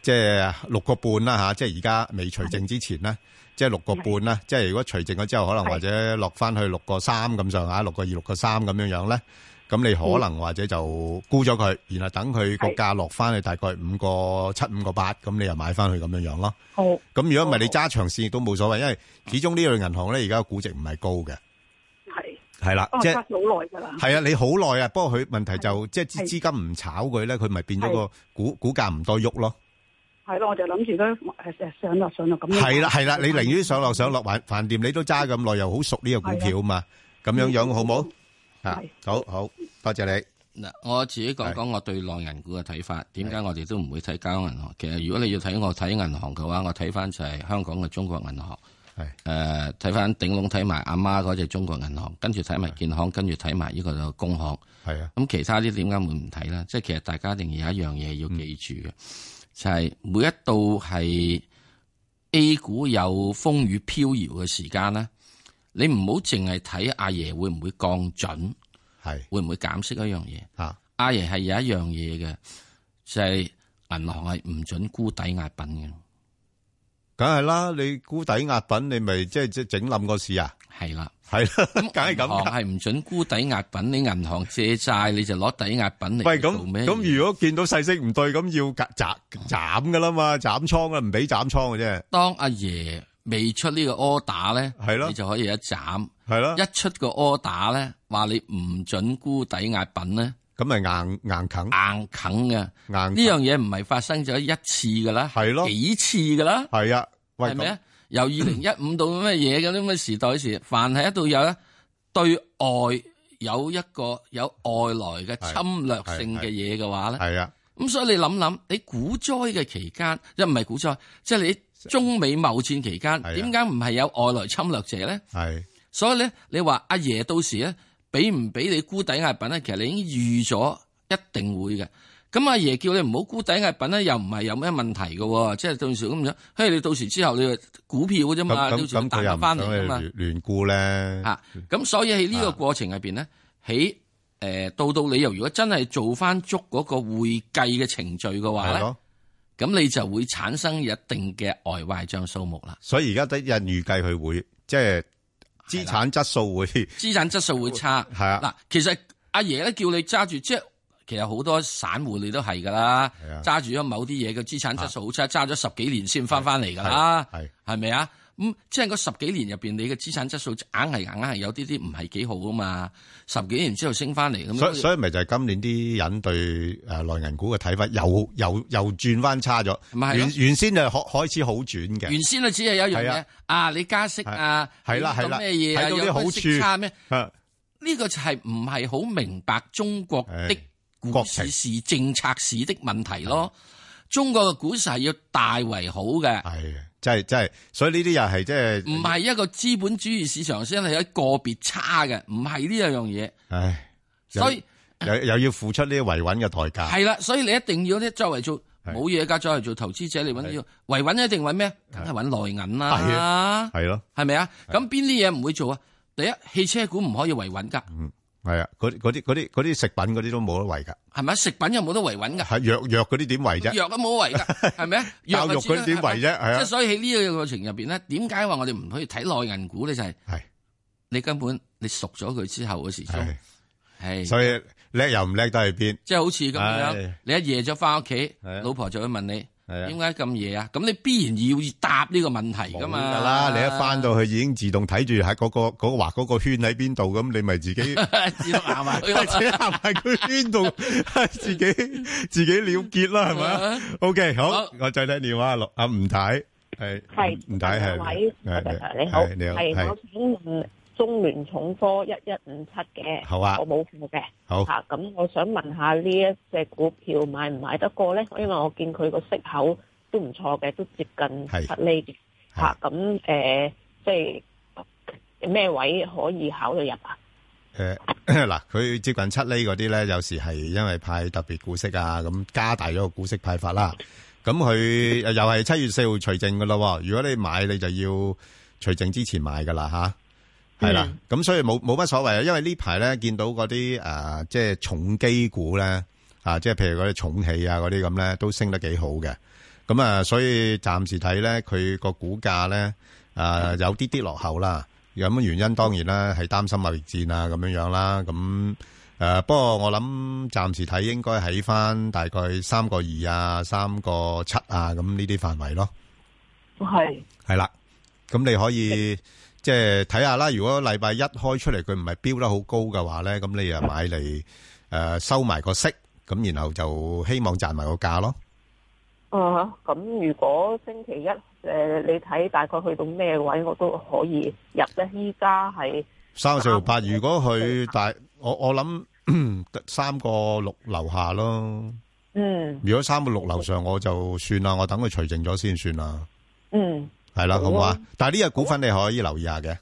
Speaker 2: 即係六個半啦嚇，即係而家未除淨之前咧，即係六個半啦。即係如果除淨咗之後，可能
Speaker 5: 係
Speaker 2: 或者落翻去六個三咁上下，六個二、六個三咁樣樣咧。咁你可能或者就沽咗佢，然後等佢個
Speaker 5: 嗯係
Speaker 2: 價落翻去大概五個七、五個八，咁你又買翻去咁樣樣咯。
Speaker 5: 好
Speaker 2: 咁如果唔係你
Speaker 5: 哦
Speaker 2: 揸長線亦都冇所謂，因為始終呢類銀行咧而家個估值唔係高嘅，
Speaker 5: 係，
Speaker 2: 係啦
Speaker 5: 我，
Speaker 2: 即
Speaker 5: 哦揸咗
Speaker 2: 係
Speaker 5: 好耐㗎啦。
Speaker 2: 係啊，你好耐啊，不過佢問題就即係資
Speaker 5: 係
Speaker 2: 資金唔炒佢咧，佢咪變咗
Speaker 5: 係
Speaker 2: 個股股價唔多喐咯。
Speaker 5: 係咯，我就諗住都誒上落上落咁樣。
Speaker 2: 係啦係啦，你寧願上落上落飯飯店，你都揸咁耐，又好熟呢個股票嘛，咁樣樣好冇？啊
Speaker 5: 係，
Speaker 2: 好好，多謝你。
Speaker 3: 嗱，我自己講講我對內銀股嘅睇法，點解我哋都唔會睇交通銀行？其實如果你要睇我睇銀行嘅話，我睇翻就係香港嘅中國銀行，
Speaker 2: 係
Speaker 3: 誒睇翻頂籠睇埋阿媽嗰只中國銀行，跟住睇埋建行，跟住睇埋呢個工行。
Speaker 2: 係啊，
Speaker 3: 咁其他啲點解會唔睇咧？即係其實大家一定要有一樣嘢要記住嘅，就係每一到係 A 股有風雨飄搖嘅時間咧，你唔好淨係睇阿爺會唔會降準，
Speaker 2: 係
Speaker 3: 會唔會減息一樣嘢。
Speaker 2: 啊，
Speaker 3: 阿爺係有一樣嘢嘅，就係、銀行係唔準沽抵押品嘅，
Speaker 2: 梗係啦，你沽抵押品，你咪即係即係整冧個市啊！
Speaker 3: 係啦。
Speaker 2: 系啦，梗係
Speaker 3: 銀行
Speaker 2: 咁啦。
Speaker 3: 係唔準沽抵押品，你銀行借債你就攞抵押品嚟
Speaker 2: 喂，
Speaker 3: 做
Speaker 2: 咁
Speaker 3: 咩嘢？
Speaker 2: 咁如果見到細息唔對，咁要夾斬斬噶啦嘛，斬倉啊，唔俾斬倉嘅啫，
Speaker 3: 當阿爺未出呢個 order 咧，
Speaker 2: 係咯啊
Speaker 3: 你就可以一斬。
Speaker 2: 係啦，
Speaker 3: 一出個 order 咧，話你唔準沽抵押品咧，
Speaker 2: 咁咪硬硬啃
Speaker 3: 硬啃嘅。呢
Speaker 2: 硬啃
Speaker 3: 樣嘢唔係發生咗一次噶啦，
Speaker 2: 係咯
Speaker 3: 幾次噶啦，
Speaker 2: 係啊，喂
Speaker 3: 係咪
Speaker 2: 咁
Speaker 3: 啊？由二零一五到乜嘢嘅啲咁嘅時代時，凡係一度有咧對外有一個有外來嘅侵略性嘅嘢嘅話咧，
Speaker 2: 係啊，
Speaker 3: 咁所以你諗諗，你股災嘅期間，即係唔係股災，即係你中美貿戰期間，
Speaker 2: 係啊
Speaker 3: 點解唔係有外來侵略者咧？
Speaker 2: 係
Speaker 3: 所以咧，你話阿爺到時咧，俾唔俾你沽抵押品咧？其實你已經預咗一定會嘅。咁阿爺叫你唔好沽抵押品咧，又唔係有咩問題嘅喎，即係到時咁樣。嘿，你到時之後你就股票嘅啫
Speaker 2: 咁
Speaker 3: 嘛，到
Speaker 2: 咁
Speaker 3: 時
Speaker 2: 咁
Speaker 3: 彈
Speaker 2: 佢又唔
Speaker 3: 翻翻
Speaker 2: 想
Speaker 3: 嚟
Speaker 2: 你
Speaker 3: 㗎嘛。
Speaker 2: 亂亂估咧，
Speaker 3: 吓，咁所以喺呢個過程入边咧，喺诶到到你又如果真係做翻足嗰個會計嘅程序嘅話
Speaker 2: 係
Speaker 3: 咧，
Speaker 2: 咯，
Speaker 3: 咁你就會產生一定嘅外壞帳數目啦，
Speaker 2: 所以而家得人預計佢會即係資產質素會係
Speaker 3: 資產質素會差。
Speaker 2: 啊，
Speaker 3: 嗱，其實阿爺咧叫你揸住，即係其實好多散户你都係噶啦
Speaker 2: 係啊，
Speaker 3: 揸住咗某啲嘢嘅資產質素好差，揸咗十幾年先翻翻嚟噶啦，
Speaker 2: 係
Speaker 3: 係咪啊？咁即係嗰十幾年入邊，你嘅資產質素硬係硬係有啲啲唔係幾好啊嘛，十幾年之後升翻嚟咁樣。
Speaker 2: 所以所以咪就係今年啲人對誒內銀股嘅睇法又又又轉翻差咗，
Speaker 3: 咪係咯
Speaker 2: 原原先就開開始好轉嘅，
Speaker 3: 原先咧只係有一樣
Speaker 2: 係
Speaker 3: 嘢
Speaker 2: 啊
Speaker 3: 啊，你加息啊，
Speaker 2: 係啦
Speaker 3: 你
Speaker 2: 係啦
Speaker 3: 咁咩嘢啊，
Speaker 2: 睇到啲
Speaker 3: 有
Speaker 2: 好處
Speaker 3: 分息差咩？
Speaker 2: 啊
Speaker 3: 呢個就係唔係好明白中國的
Speaker 2: 唉
Speaker 3: 股
Speaker 2: 國
Speaker 3: 市
Speaker 2: 情
Speaker 3: 是政策市的問題咯。中國嘅股市係要大為好嘅，
Speaker 2: 係真係真係，所以呢啲又係即啊係
Speaker 3: 唔係一個資本主義市場先係一個別差嘅，唔係呢樣嘢。
Speaker 2: 唉，有
Speaker 3: 所以
Speaker 2: 又又要付出呢啲維穩嘅代價，
Speaker 3: 係啦，所以你一定要咧作為做
Speaker 2: 係
Speaker 3: 冇嘢㗎，作為做投資者，你揾呢個維穩一定揾咩？梗係揾內銀
Speaker 2: 係
Speaker 3: 啦，
Speaker 2: 係咯。
Speaker 3: 係咪啊？咁邊啲嘢唔會做啊？第一，汽車股唔可以維穩㗎。
Speaker 2: 係啊，嗰啲嗰啲嗰啲嗰啲食品嗰啲都冇得為㗎，
Speaker 3: 系咪食品又冇得維穩噶？
Speaker 2: 係藥藥嗰啲點為啫？
Speaker 3: 藥都冇得維噶，係咪？啊藥
Speaker 2: 教育嗰啲點為啫？
Speaker 3: 係咪
Speaker 2: 係
Speaker 3: 即係
Speaker 2: 啊，
Speaker 3: 所以喺呢個過程入邊咧，點解話我哋唔可以睇內銀股咧？就係
Speaker 2: 係
Speaker 3: 你根本你熟咗佢之後嘅時鐘，
Speaker 2: 係，
Speaker 3: 係
Speaker 2: 所以叻又唔叻得去邊？
Speaker 3: 即係好似咁樣
Speaker 2: 唉，
Speaker 3: 你一夜咗翻屋企，
Speaker 2: 係啊
Speaker 3: 老婆就會問你
Speaker 2: 係啊
Speaker 3: 點解咁夜啊？咁你必然要答呢個問題
Speaker 2: 冇
Speaker 3: 噶
Speaker 2: 㗎
Speaker 3: 嘛？
Speaker 2: 啦，你一 翻到去已經自動睇住喺嗰個嗰個畫嗰個圈喺邊度，咁你咪自己 自
Speaker 3: 自動 行埋去啦
Speaker 2: 己行埋個圈度， 自己自己了結啦，係咪啊
Speaker 3: 係啊
Speaker 2: ？OK，好
Speaker 3: 好，
Speaker 2: 我再聽電話六阿吳太係
Speaker 6: 係
Speaker 2: 吳太係
Speaker 6: 位，
Speaker 2: 係係
Speaker 6: 你好，
Speaker 2: 係你好
Speaker 6: 係
Speaker 2: 係
Speaker 6: 我想問中聯重科一一五七嘅，
Speaker 2: 好啊
Speaker 6: 我冇貨嘅，
Speaker 2: 好
Speaker 6: 嚇咁我想問下呢一隻股票買唔買得過咧？因為我見佢個息口都唔錯嘅，都接近
Speaker 2: 係
Speaker 6: 七厘嘅，
Speaker 2: 係
Speaker 6: 嚇咁誒，即係咩位可以考慮入啊？
Speaker 2: 誒呃 嗱，佢接近七厘嗰啲咧，有時係因為派特別股息啊，咁加大咗個股息派發啦。咁佢呃又係七月四號除證噶咯。如果你買，你就要除證之前買噶啦吓，係啦，咁、所以冇冇乜所謂啊，因為呢排咧見到嗰啲誒即係重機股咧啊，即係譬如嗰啲重汽啊嗰啲咁咧，都升得幾好嘅。咁啊，所以暫時睇咧，佢個股價咧，啊有啲啲落後啦。有咁原因當然啦，係擔心貿易戰啊咁樣樣啦。咁誒、呃不過我諗暫時睇應該喺翻大概三個二啊、三個七啊咁呢啲範圍咯。
Speaker 6: 係
Speaker 2: 係啦，咁你可以即係睇下啦。如果禮拜一開出嚟佢唔係標得好高嘅話咧，咁你又買嚟誒、呃收埋個息，咁然後就希望賺埋個價咯。
Speaker 6: 啊，咁如果星期一誒你睇大概去到咩位我都可以入咧？依家係
Speaker 2: 三個四毫八，
Speaker 6: 三個
Speaker 2: 如果佢大，我我諗三個六樓下咯。
Speaker 6: 嗯
Speaker 2: 如果三個六樓上，我就算啦，我等佢除淨咗先算啦，
Speaker 6: 嗯
Speaker 2: 係啦，
Speaker 6: 好
Speaker 2: 好
Speaker 6: 啊
Speaker 2: 嘛？但係呢只股份你可以留意下嘅，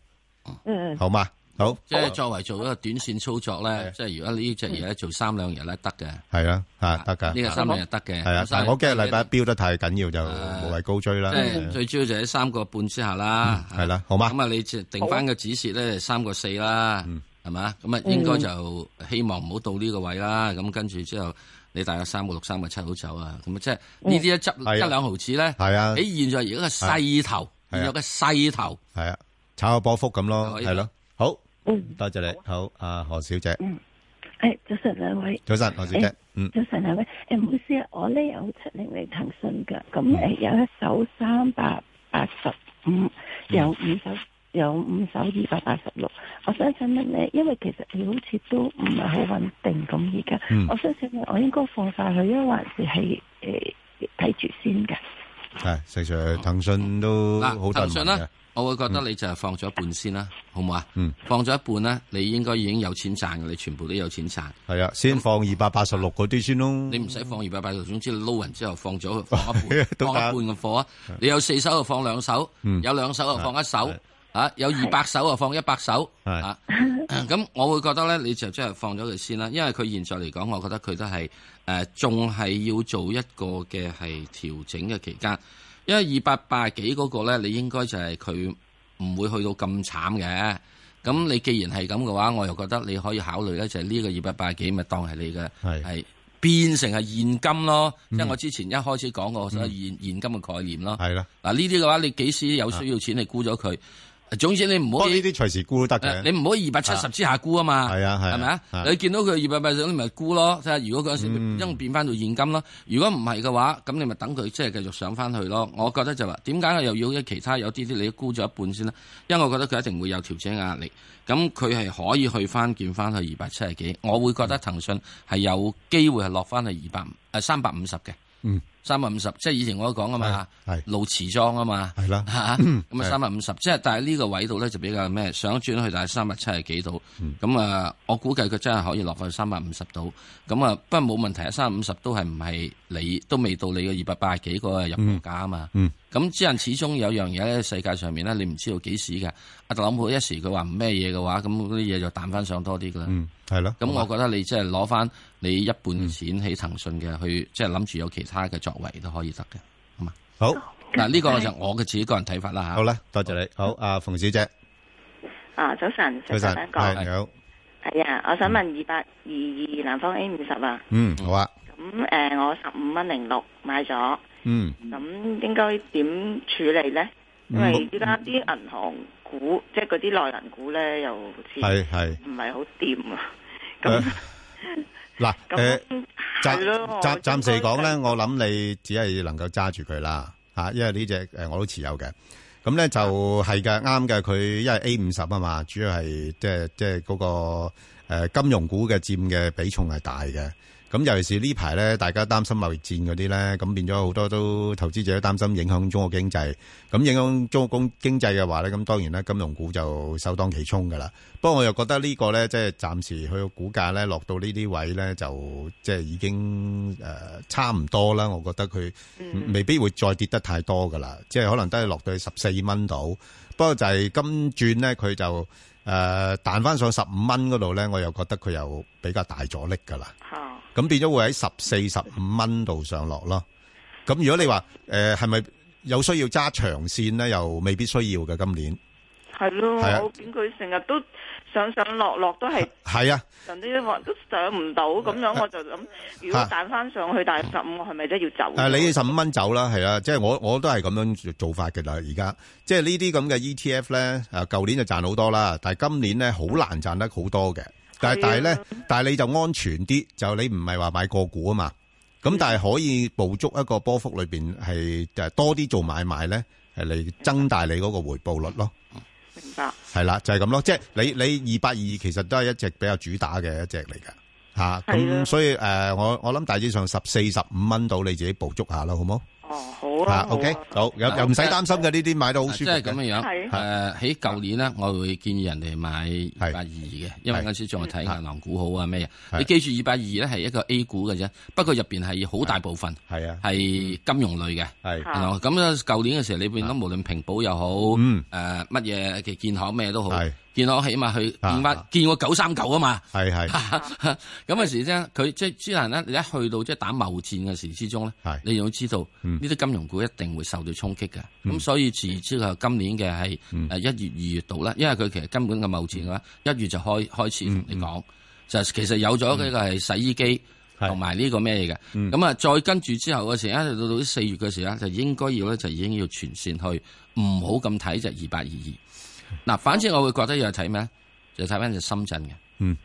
Speaker 6: 嗯嗯
Speaker 2: 好嘛？好，
Speaker 3: 即係作為做一個短線操作咧，即係如果呢只嘢咧做三兩日咧得嘅，
Speaker 2: 係啊，嚇得㗎，
Speaker 3: 呢個三兩日得嘅。
Speaker 2: 係啊，但係我驚禮拜一飆得太緊要就
Speaker 3: 啊
Speaker 2: 無謂高追啦，
Speaker 3: 即係最主要就喺三個半之下啦，
Speaker 2: 嗯係啦好嘛
Speaker 3: 咁啊，你就定翻個止蝕咧，三個四啦
Speaker 2: 啊嗯，
Speaker 3: 係嘛？咁啊，應該就希望唔好到呢個位啦。咁跟住之後，你大約三個六、三個七好走啊。咁啊，即係呢啲一執
Speaker 2: 係啊
Speaker 3: 一兩毫子咧，
Speaker 2: 係啊，
Speaker 3: 喺現在而家個勢頭，
Speaker 2: 係啊
Speaker 3: 現在個勢頭，
Speaker 2: 係啊，炒下波幅咁咯，
Speaker 3: 可以
Speaker 2: 係咯，好
Speaker 5: 嗯，
Speaker 2: 多謝你，
Speaker 3: 啊
Speaker 2: 好，阿何小姐，
Speaker 7: 诶，哎早晨兩位，
Speaker 2: 早晨，何小姐
Speaker 7: 誒，
Speaker 2: 嗯，
Speaker 7: 早晨兩位，诶，唔好意思啊，我呢有七零零騰訊嘅，
Speaker 6: 嗯
Speaker 7: 咁诶有一手三百八十五，有五手有五手二百八十六，我想請問你，因為其實你好似都唔係好穩定咁而家，
Speaker 2: 嗯
Speaker 7: 我想請問我應該放晒佢，因為還是係诶睇住先嘅？
Speaker 2: 系石 Sir，騰訊都好
Speaker 3: 嗱，
Speaker 2: 多人
Speaker 3: 騰
Speaker 2: 問
Speaker 3: 訊
Speaker 2: 嘅
Speaker 3: 咧，，我會覺得你就係放咗一半先啦，好唔好啊？
Speaker 2: 嗯，
Speaker 3: 放咗一半咧，你應該已經有錢賺嘅，你全部都有錢賺，
Speaker 2: 係啊，先放二百八十六嗰啲先咯。
Speaker 3: 你唔使放二百八十，總之你撈人之後 放咗放一半，
Speaker 2: 都
Speaker 3: 放一
Speaker 2: 得
Speaker 3: 半嘅貨啊！你有四手就放兩手，
Speaker 2: 嗯
Speaker 3: 有兩手就放一手
Speaker 2: 係，
Speaker 3: 啊有二百手就放一百手，
Speaker 2: 係
Speaker 3: 啊 咁我會覺得咧，你就即係放咗佢先啦，因為佢現在嚟講，我覺得佢都係誒仲係要做一個嘅係調整嘅期間，因為二百八十幾嗰個咧，你應該就係佢唔會去到咁慘嘅。咁你既然係咁嘅話，我又覺得你可以考慮咧，就係呢個二百八十幾咪當係你嘅
Speaker 2: 係嗯
Speaker 3: 係啊變成係現金咯，即係我之前一開始講過所謂現現金嘅概念咯。
Speaker 2: 係啦，
Speaker 3: 嗱呢啲嘅話，你幾時有需要錢，你沽咗佢。總之你唔
Speaker 2: 不
Speaker 3: 好
Speaker 2: 過呢啲隨時沽都得
Speaker 3: 誒
Speaker 2: 嘅。
Speaker 3: 你唔好二百七十之下沽啊嘛，
Speaker 2: 係啊係啊
Speaker 3: 係咪
Speaker 2: 係啊嗯
Speaker 3: 啊？你見到佢二百八十，你咪沽咯。睇下如果嗰陣時因為變翻到現金咯，如果唔係嘅話，咁你咪等佢即係繼續上翻去咯。我覺得就話點解我又要其他有啲啲你沽咗一半先呢？因為我覺得佢一定會有調整嘅壓力，咁佢係可以去翻見翻去二百七十幾，我會覺得騰訊係有機會係落翻去二百誒三百五十嘅。
Speaker 2: 嗯，
Speaker 3: 三百五十，即係以前我都講啊嘛，
Speaker 2: 係係
Speaker 3: 路池莊啊嘛，
Speaker 2: 係 啦
Speaker 3: 嚇咁啊
Speaker 2: 係
Speaker 3: 三百五十，即係但係呢個位度咧就比較咩，上一轉去大概三百七十幾度，
Speaker 2: 嗯
Speaker 3: 咁啊、我估計佢真係可以落去三百五十度，咁啊不過冇問題啊，三百五十都係唔係你都未到你嘅二百八十幾個入貨價啊嘛，
Speaker 2: 嗯
Speaker 3: 咁之人始終有樣嘢咧，世界上面咧你唔知道幾時嘅，阿特朗普一時佢話唔咩嘢嘅話，咁嗰啲嘢就彈翻上多啲噶啦。
Speaker 2: 嗯，係啦。
Speaker 3: 啊咁我覺得你即係攞翻你一半
Speaker 2: 嗯
Speaker 3: 嘅錢喺騰訊嘅，去即係諗住有其他嘅作為都可以得 嘅，好嘛？
Speaker 2: 好，
Speaker 3: 嗱，呢個就我嘅自己個人睇法啦嚇。
Speaker 2: 好啦，多謝你。好，阿馮小姐，
Speaker 8: 啊，早晨，
Speaker 2: 早晨，
Speaker 8: 兩個
Speaker 2: 係嗯你好。
Speaker 8: 係啊，我想問二八二二南方 A 五十啊，
Speaker 2: 嗯，好啊。
Speaker 8: 咁诶、呃我十五蚊零六買咗，
Speaker 2: 嗯，
Speaker 8: 咁應該點處理呢？因為依家啲銀行股，即係嗰啲內銀股呢，又好
Speaker 4: 嗯
Speaker 8: 似
Speaker 2: 係係。
Speaker 8: 唔係好掂啊。
Speaker 2: 誒
Speaker 8: 咁
Speaker 2: 嗱，誒。
Speaker 8: 咁
Speaker 2: 暫
Speaker 8: 係咯，
Speaker 2: 暫暫時講咧，
Speaker 8: 呢，
Speaker 2: 我諗你只係能夠揸住佢啦嚇，因為呢只誒我都持有嘅。咁咧就係嘅，啱嘅。佢因為 A 五十啊嘛，主要係即係即係嗰個、呃、金融股嘅佔嘅比重係大嘅。咁尤其是呢排咧，大家擔心貿易戰嗰啲咧，咁變咗好多都投資者都擔心影響中國經濟。咁影響中國經濟嘅話咧，咁當然啦，金融股就首當其衝噶啦。不過我又覺得呢個咧，即係暫時佢個股價咧落到呢啲位咧，就即係已經誒、呃差唔多啦。我覺得佢未必會再跌得太多噶啦，即係可能都係落到去十四蚊度。不過就係今轉咧，佢就誒、呃、彈翻上十五蚊嗰度咧，我又覺得佢又比較大阻力噶啦。
Speaker 8: 嚇
Speaker 2: 咁變咗會喺十四、十五蚊度上落咯。咁如果你話誒係咪有需要揸長線咧，又未必需要嘅今年。
Speaker 8: 係咯，
Speaker 2: 係啊
Speaker 8: 我見佢成日都上上落落都係
Speaker 2: 係啊，
Speaker 8: 上啲話都上唔到咁樣，我就諗如果
Speaker 2: 嚇
Speaker 8: 彈翻上去大十五，我係咪真係要走？
Speaker 2: 誒啊你十五蚊走啦，係啊，即係我我都係咁樣做法嘅啦。而家即係呢啲咁嘅 E ETF 咧，誒啊舊年就賺好多啦，但係今年咧好難賺得好多嘅。
Speaker 8: 啊
Speaker 2: 但係但係咧，但係你就安全啲，就你唔係話買個股啊嘛。
Speaker 8: 嗯
Speaker 2: 咁但係可以捕捉一個波幅裏邊係誒多啲做買賣咧，係嚟增大你嗰個回報率咯。
Speaker 8: 明白。
Speaker 2: 系啦，就係咁咯，即係你你二百二其實都係一隻比較主打嘅一隻嚟嘅吓，嚇咁、
Speaker 8: 係啊
Speaker 2: 所以诶、誒我我諗大致上十四十五蚊到你自己捕捉下啦，好冇？
Speaker 8: 哦，好
Speaker 2: 吓、
Speaker 8: 啊，好
Speaker 2: o k
Speaker 8: 啊
Speaker 2: 好，又又唔使擔心嘅，呢啲買到好舒
Speaker 3: 啊即
Speaker 2: 服
Speaker 3: 係咁
Speaker 2: 嘅，
Speaker 3: 樣樣，
Speaker 8: 係
Speaker 3: 誒喺舊年咧，我會建議人哋買二百二嘅，因為
Speaker 2: 係
Speaker 3: 嗰陣時仲係睇銀行股好啊咩
Speaker 2: 係
Speaker 3: 嘢。你記住二百二咧係一個 A 股嘅啫，不過入邊係好大部分
Speaker 2: 係啊，
Speaker 3: 係金融類嘅。
Speaker 2: 係
Speaker 8: 嚇
Speaker 3: 係咯，咁咧舊年嘅時候，你變咗無論平保又好，誒
Speaker 2: 啊嗯
Speaker 3: 乜嘢嘅建行咩都好
Speaker 2: 係，
Speaker 3: 建行起碼去
Speaker 2: 啊
Speaker 3: 見翻
Speaker 2: 啊
Speaker 3: 見過九三九啊嘛。
Speaker 2: 係係
Speaker 3: 咁嘅時啫，佢即係之難咧，你一去到即係打貿戰嘅時之中咧
Speaker 2: 係，
Speaker 3: 你就會知道
Speaker 2: 嗯
Speaker 3: 呢啲金融股一定會受到衝擊嘅。咁
Speaker 2: 嗯
Speaker 3: 所以自之後今年嘅係
Speaker 2: 嗯
Speaker 3: 誒一月二月度啦，因為佢其實根本嘅貿戰嘅話，一月就開開始
Speaker 2: 嗯
Speaker 3: 同你講，就其實有咗呢個係洗衣機。
Speaker 2: 嗯係
Speaker 3: 同埋呢個咩嘅，
Speaker 2: 嗯
Speaker 3: 咁啊再跟住之後嘅時候，一路到到四月嘅時候就應該要咧就已經要全線去，唔好咁睇就二八二二。嗱，反正我會覺得要睇咩呢就睇翻就深圳嘅。
Speaker 2: 嗯。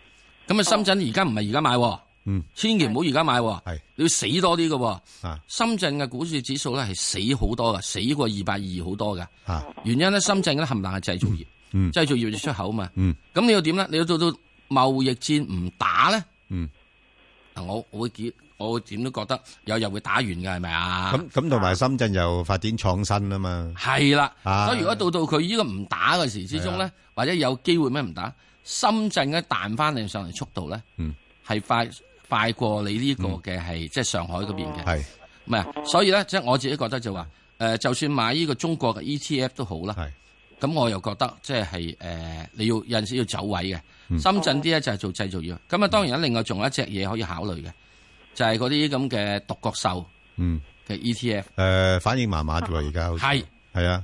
Speaker 3: 咁啊，深圳而家唔係而家買喎，
Speaker 2: 嗯
Speaker 3: 千祈唔好而家買喎，
Speaker 2: 係
Speaker 3: 你要死多啲嘅喎。
Speaker 2: 啊
Speaker 3: 深圳嘅股市指數咧係死好多嘅，死過二百二好多嘅。
Speaker 2: 啊
Speaker 3: 原因咧，深圳咧冚唪唥係製造業，
Speaker 2: 嗯
Speaker 3: 製造業就出口嘛。
Speaker 2: 嗯
Speaker 3: 咁你要點咧？你要到到貿易戰唔打咧？
Speaker 2: 嗯
Speaker 3: 嗱，我我會建我點都覺得有日會打完嘅，係咪啊？
Speaker 2: 咁咁同埋深圳又發展創新啊嘛，
Speaker 3: 係啦，
Speaker 2: 啊
Speaker 3: 所以如果到到佢呢個唔打嘅時之中
Speaker 2: 係啊
Speaker 3: 咧，或者有機會咩唔打，深圳嘅彈翻你上嚟速度咧
Speaker 2: 嗯，
Speaker 3: 係快快過你呢個嘅係即係上海嗰邊嘅。
Speaker 2: 係
Speaker 3: 唔
Speaker 2: 哦
Speaker 3: 係，所以咧，即係我自己覺得就話，誒、就算買呢個中國嘅 ETF 都好啦。
Speaker 2: 係
Speaker 3: 咁我又覺得即係誒，你要有陣時要走位嘅。
Speaker 2: 嗯
Speaker 3: 深圳啲咧就係做製造業。咁啊，當然啦，另外仲有一隻嘢可以考慮嘅，就係嗰啲咁嘅獨角獸
Speaker 2: 嗯
Speaker 3: 嘅 ETF。
Speaker 2: 诶，誒反應麻麻啫喎，而家好似
Speaker 3: 係
Speaker 2: 係啊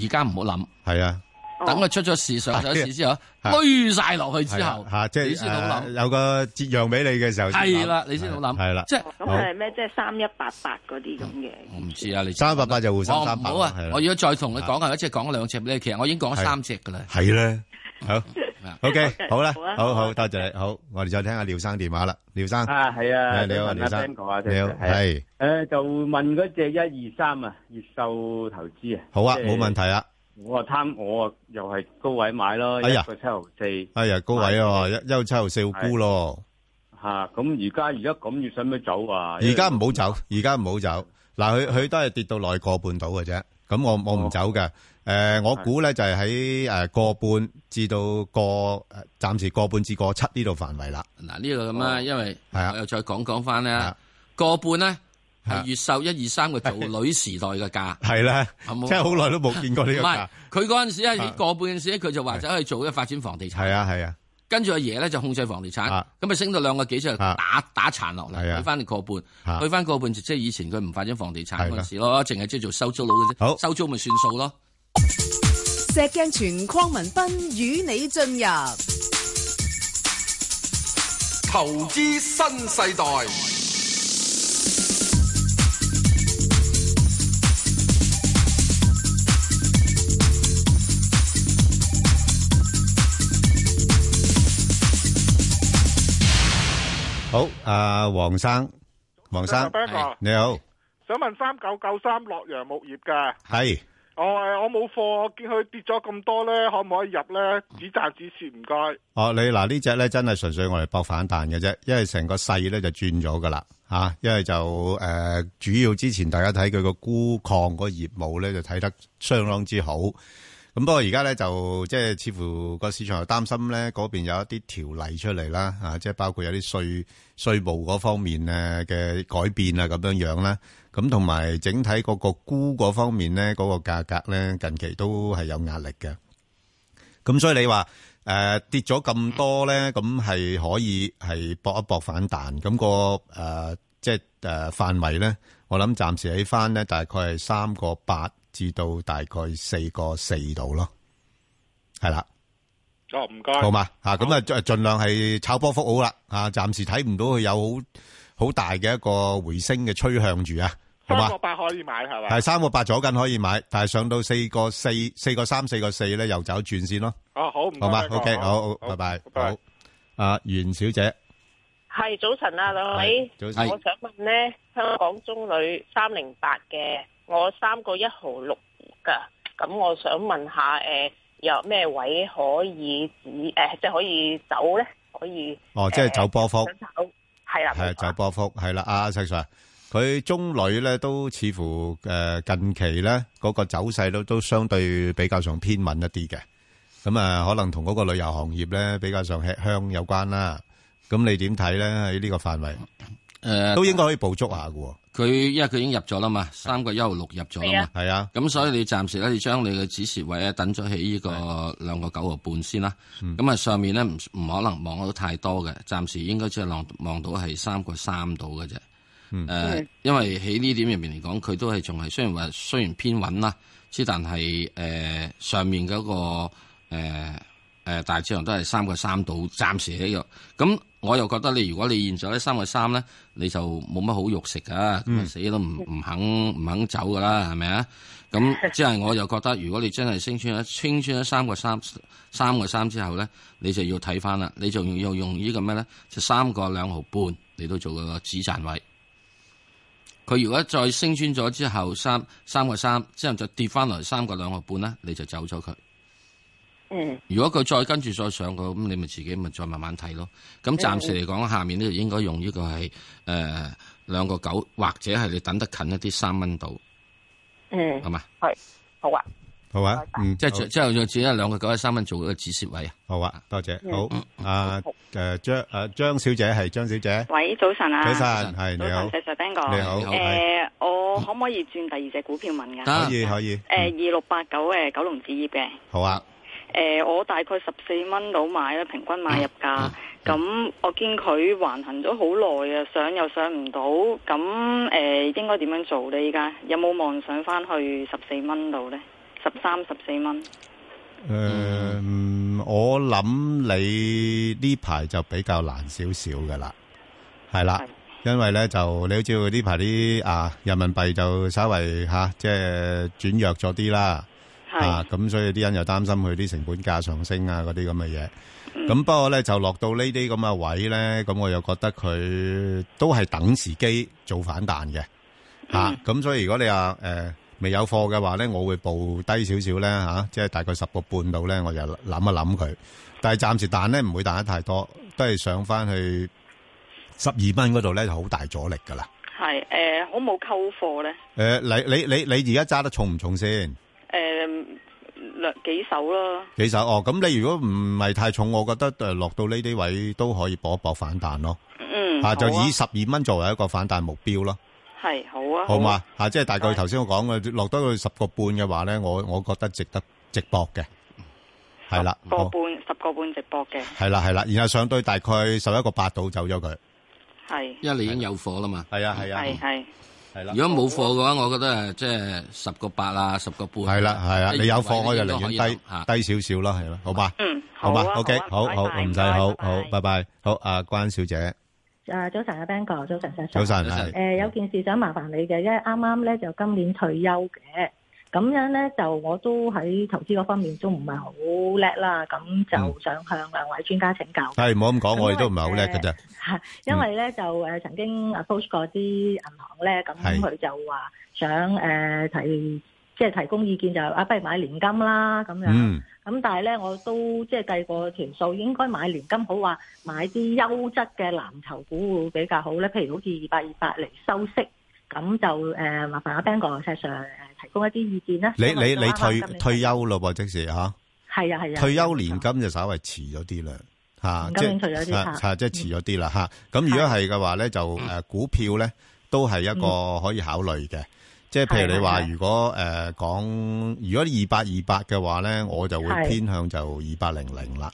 Speaker 3: 而家唔好諗，
Speaker 2: 係啊，
Speaker 3: 等
Speaker 6: 哦
Speaker 3: 佢出咗事上咗市之後，
Speaker 2: 係
Speaker 3: 堆晒落去之後，
Speaker 2: 吓即係
Speaker 3: 你先好
Speaker 2: 誒
Speaker 3: 諗。
Speaker 2: 有個折讓俾你嘅時候先諗，
Speaker 3: 係啦，你先好諗。
Speaker 2: 係啦，
Speaker 3: 即
Speaker 6: 哦
Speaker 3: 係
Speaker 8: 咁
Speaker 2: 好嗯
Speaker 8: 係咩？即係三一八八嗰啲咁嘅。
Speaker 3: 我唔知啊，你
Speaker 2: 三百八就互
Speaker 3: 我
Speaker 2: 相
Speaker 3: 唔
Speaker 2: 三百，
Speaker 3: 好啊
Speaker 2: 係啦，
Speaker 3: 我如果再同你講係一隻講兩隻俾你，其實我已經講咗
Speaker 2: 係
Speaker 3: 三隻㗎啦。
Speaker 2: 係咧， 好
Speaker 3: 啊
Speaker 2: OK，好啦，
Speaker 8: 好啊
Speaker 2: 好
Speaker 8: 好
Speaker 2: 好
Speaker 8: 啊
Speaker 2: 多謝你，好，我哋再聽下廖生電話啦，廖生，
Speaker 9: À,
Speaker 10: 啊，系啊，
Speaker 2: 誒你好，
Speaker 10: 想問
Speaker 2: 廖
Speaker 10: 阿
Speaker 2: 生，
Speaker 10: Ben 哥啊，
Speaker 2: 你好，
Speaker 10: 啊
Speaker 2: 係
Speaker 10: 誒就問嗰只一二三
Speaker 9: à,
Speaker 10: 啊，越秀投資啊，
Speaker 2: 好啊，
Speaker 10: 即係
Speaker 2: 冇問題啊。
Speaker 10: 我啊貪，我啊又係高位買咯，
Speaker 2: 哎
Speaker 10: 一
Speaker 2: 呀
Speaker 10: 個七毫四
Speaker 2: 哎呀，高位啊，一一七號四號沽咯，
Speaker 10: 嚇，咁而家而家咁要使唔使走啊？
Speaker 9: à.
Speaker 2: 而家唔好走，而家唔好走。嗱，佢佢都係跌到內個半到嘅啫，咁我我唔
Speaker 10: 哦
Speaker 2: 走嘅。诶，我估咧就係喺诶個半至到個暫時個半至個七呢度範圍啦。
Speaker 3: 嗱呢個咁啊，
Speaker 10: 哦
Speaker 3: 因為
Speaker 2: 係啊
Speaker 3: 我又再講講翻咧
Speaker 2: 啊，
Speaker 3: 個半咧
Speaker 2: 啊
Speaker 3: 係越秀一二三個做女時代嘅價，
Speaker 2: 係啦，
Speaker 3: 好冇？
Speaker 2: 即係好耐都冇見過呢
Speaker 3: 唔
Speaker 2: 個
Speaker 3: 係
Speaker 2: 價。
Speaker 3: 佢嗰陣時喺
Speaker 2: 啊
Speaker 3: 個半嘅時咧，佢就話走去做嘅發展房地產，
Speaker 2: 係啊，係啊，
Speaker 3: 跟住阿爺咧就控制房地產
Speaker 2: 啊，
Speaker 3: 咁啊升到兩個幾就
Speaker 2: 啊
Speaker 3: 打打殘落
Speaker 2: 係
Speaker 3: 嚟，
Speaker 2: 啊
Speaker 3: 去翻個半，
Speaker 2: 嚇
Speaker 3: 去翻個半就即係以前佢唔發展房地產
Speaker 2: 係
Speaker 3: 嗰
Speaker 2: 啦
Speaker 3: 陣時咯，淨係即係做收租佬嘅
Speaker 2: 好
Speaker 3: 啫，收租咪算數咯。
Speaker 11: 石鏡泉邝文斌與你進入
Speaker 1: 投資新世代，
Speaker 2: 好，阿黃生，黃生，
Speaker 12: Ben 哥
Speaker 2: 你好，
Speaker 12: 想問三九九三洛陽木業㗎，
Speaker 2: 係
Speaker 12: 我誒我冇貨，我見佢跌咗咁多咧，可唔可以入咧？只賺只蝕，唔該。
Speaker 2: 哦，你嗱呢只咧真係純粹我嚟搏反彈嘅啫，因為成個勢咧就轉咗噶啦嚇，因為就誒、呃主要之前大家睇佢個鈷礦嗰個業務咧就睇得相當之好，咁不過而家咧就即係似乎個市場又擔心咧嗰邊有一啲條例出嚟啦嚇，啊即係包括有啲稅稅務嗰方面誒嘅改變啊咁樣樣啦，咁同埋整體嗰個鈷嗰方面咧嗰、個價格咧近期都係有壓力嘅。咁所以你話诶、呃跌咗咁多
Speaker 12: 嗯
Speaker 2: 咧，咁係可以係搏一搏反彈。咁、個诶、呃即係诶範圍咧，我諗暫時喺翻咧，大概係三個八至到大概四個四度咯，係啦，
Speaker 12: 哦，唔該。
Speaker 2: 好嘛吓，咁啊盡盡量係炒波幅好啦，啊暫時睇唔到佢有好好大嘅一個回升嘅趨向住啊，好嘛
Speaker 12: 三？個八可以買係嘛
Speaker 2: 係？三個八左近可以買，但係上到四個四、四個三、四個四咧，又走轉先咯。
Speaker 12: 哦，好，唔該。
Speaker 2: 好嘛
Speaker 12: 邊個
Speaker 2: ？OK，好，ờ, 好，拜拜，好。啊，袁小姐，
Speaker 6: 系早晨啊，兩位，
Speaker 2: 早晨
Speaker 3: 係
Speaker 6: 我想問呢，香港中旅三零八嘅，我三個一毫六噶，咁我想問下，诶、有咩位可以指诶、即係可以走呢？可以
Speaker 2: 哦，即係走波幅，
Speaker 6: 想走，係啦，
Speaker 4: 啊
Speaker 2: 係啊
Speaker 6: 冇錯
Speaker 2: 走波幅，係啦，啊阿石 Sir，佢中旅咧都似乎诶近期咧嗰個走勢都都相對比較上偏穩一啲嘅，咁啊可能同嗰個旅遊行業咧比較上吃香有關啦。咁你點睇咧？喺呢個範圍
Speaker 3: 誒，
Speaker 2: 都應該可以捕捉下嘅喎，
Speaker 3: 佢因為佢已經入咗啦嘛，三個一號六入咗啦嘛。
Speaker 2: 係啊，
Speaker 3: 咁所以你暫時咧，你將你嘅指示位咧等咗喺呢個兩個九毫半先啦。咁啊、上面咧唔唔可能望到太多嘅，暫時應該只係望望到係三個三度嘅啫。誒、
Speaker 2: 嗯
Speaker 3: 因為喺呢點入面嚟講，佢都係仲係雖然話雖然偏穩啦，之但係誒、呃上面嗰、個誒、呃呃大致上都係三個三度，暫時喺度。咁我又覺得你如果你現在咧三個三咧，你就冇乜好肉食噶，咁啊死都唔唔肯唔肯走噶啦，係咪啊？咁即係我又覺得，如果你真係升穿咗升穿咗三個三三個三之後咧，你就要睇翻啦，你就要用呢個咩咧，就三個兩毫半嚟到做個止賺位。佢如果再升穿咗之後三三個三之後就跌翻落嚟三個兩毫半咧，你就走咗佢。
Speaker 8: 嗯，
Speaker 3: 如果佢再跟住再上佢，咁你咪自己咪再慢慢睇咯。咁暫時嚟講，下面呢度應該用呢個係誒兩個九，或者係你等得近一啲三蚊度，
Speaker 8: 嗯，
Speaker 3: 係嘛？
Speaker 6: 係，好啊。
Speaker 2: 好啊，嗯，
Speaker 3: 即係即係只係兩個九喺三蚊做個止蝕位啊。
Speaker 2: 好啊，多謝，
Speaker 8: 嗯
Speaker 2: 好，啊誒張誒張小姐係張小姐，
Speaker 13: 喂，早晨啊！
Speaker 2: 早晨係你好
Speaker 13: 早晨，石 Sir Ben 哥，
Speaker 2: 你好
Speaker 13: 誒、我可唔可以轉第二隻股票問㗎？
Speaker 2: 可以可以嗯
Speaker 13: 誒，，二六八九誒，九龍置業嘅。
Speaker 2: 好啊，
Speaker 13: 誒、我大概十四蚊到買啦，平均買入
Speaker 2: 嗯
Speaker 13: 價。咁、我見佢橫行咗好耐啊，上又上唔到。咁誒、應該點樣做呢？依家有冇望上翻去十四蚊度呢？十三、十四蚊。
Speaker 2: 誒，嗯我諗你呢排就比較難少少嘅啦，係啦，因為咧就你好似呢排啲啊人民幣就稍微吓即係轉弱咗啲啦，啊咁所以啲人又擔心佢啲成本價上升啊嗰啲咁嘅嘢，咁不過咧就落到呢啲咁嘅位咧，咁我又覺得佢都係等時機做反彈嘅。吓，咁所以如果你話誒未有貨嘅話咧，我會報低少少咧吓，即係大概十個半度咧，我就諗一諗佢。但係暫時彈咧唔會彈得太多，都係上翻去十二蚊嗰度咧就好大阻力噶啦。
Speaker 13: 係誒、好冇溝貨呢？
Speaker 2: 誒，你你你你而家揸得重唔重先？
Speaker 13: 誒、兩幾手啦。
Speaker 2: 其實哦，咁你如果唔係太重，我覺得誒落到呢啲位都可以搏一搏反彈咯。
Speaker 13: 嗯，
Speaker 2: 啊，就
Speaker 13: 好啊
Speaker 2: 以十二蚊作為一個反彈目標咯。
Speaker 13: 係好啊，
Speaker 2: 好嘛
Speaker 13: 啊？
Speaker 2: 吓，即係大概頭先我講嘅，落得去十個半嘅話咧，我我覺得值得直博嘅，係啦，
Speaker 13: 個
Speaker 2: 好
Speaker 13: 半十個半直播嘅，
Speaker 2: 係啦係啦，然後上到大概十一個八度走咗佢，
Speaker 13: 係
Speaker 3: 因為你已經有貨啦嘛。
Speaker 2: 係啊係
Speaker 13: 係係
Speaker 2: 係啦。
Speaker 3: 如果冇貨嘅話，我覺得誒即係十個八啊，十個半。
Speaker 2: 係啦係啊，
Speaker 3: 即係
Speaker 2: 你有
Speaker 3: 呢
Speaker 2: 貨
Speaker 3: 個
Speaker 2: 我
Speaker 3: 位
Speaker 2: 就
Speaker 3: 咧
Speaker 2: 寧
Speaker 3: 應該可以
Speaker 2: 願低
Speaker 3: 諗下
Speaker 2: 低少少啦，係啦，好嘛？
Speaker 13: 嗯，
Speaker 2: 好嘛
Speaker 14: 好啊
Speaker 2: ，OK，
Speaker 14: 好
Speaker 2: 好
Speaker 14: 啊
Speaker 2: 好
Speaker 14: 拜拜
Speaker 2: 唔使，
Speaker 14: 拜拜
Speaker 2: 好好，拜拜，好啊，關小姐，
Speaker 14: 誒，早晨啊，Bang 哥，早晨，石
Speaker 2: 早
Speaker 14: Sir
Speaker 2: 晨係
Speaker 14: 誒、有件事想麻煩你嘅，因為啱啱咧就今年退休嘅，咁樣咧就我都喺投資嗰方面都唔係好叻啦，咁
Speaker 2: 嗯
Speaker 14: 就想向兩位專家請教。
Speaker 2: 係唔好咁講，我哋都唔係好叻嘅啫，
Speaker 14: 係因為咧就誒曾經 approach 過啲銀行咧，咁
Speaker 2: 係
Speaker 14: 佢就話想誒提即係提供意見就係啊，不如買年金啦咁樣。
Speaker 2: 嗯
Speaker 14: 咁但係咧，我都即係計過條數，應該買年金好話買啲優質嘅藍籌股會比較好咧。譬如好似二百二八嚟收息，咁就誒、呃麻煩阿 Bang 哥、石 Sir 誒提供一啲意見啦。
Speaker 2: 你
Speaker 14: 因為
Speaker 2: 你
Speaker 14: 都
Speaker 2: 你
Speaker 14: 啱啱
Speaker 2: 退
Speaker 14: 今年
Speaker 2: 退休咯噃，即時吓。
Speaker 14: 係啊係啊，
Speaker 2: 退休年金就稍微遲咗啲啦，嚇，
Speaker 14: 年金已經退咗啲
Speaker 2: 嚇
Speaker 14: 嚇
Speaker 2: 嚇即係遲咗啲啦嚇。咁如果係嘅話咧，就誒股票咧都係一個可以考慮嘅。即係譬如你話，
Speaker 14: 係係
Speaker 2: 如果誒講，如果二八二八嘅話咧，我就會
Speaker 14: 係
Speaker 2: 偏向就二八零零啦，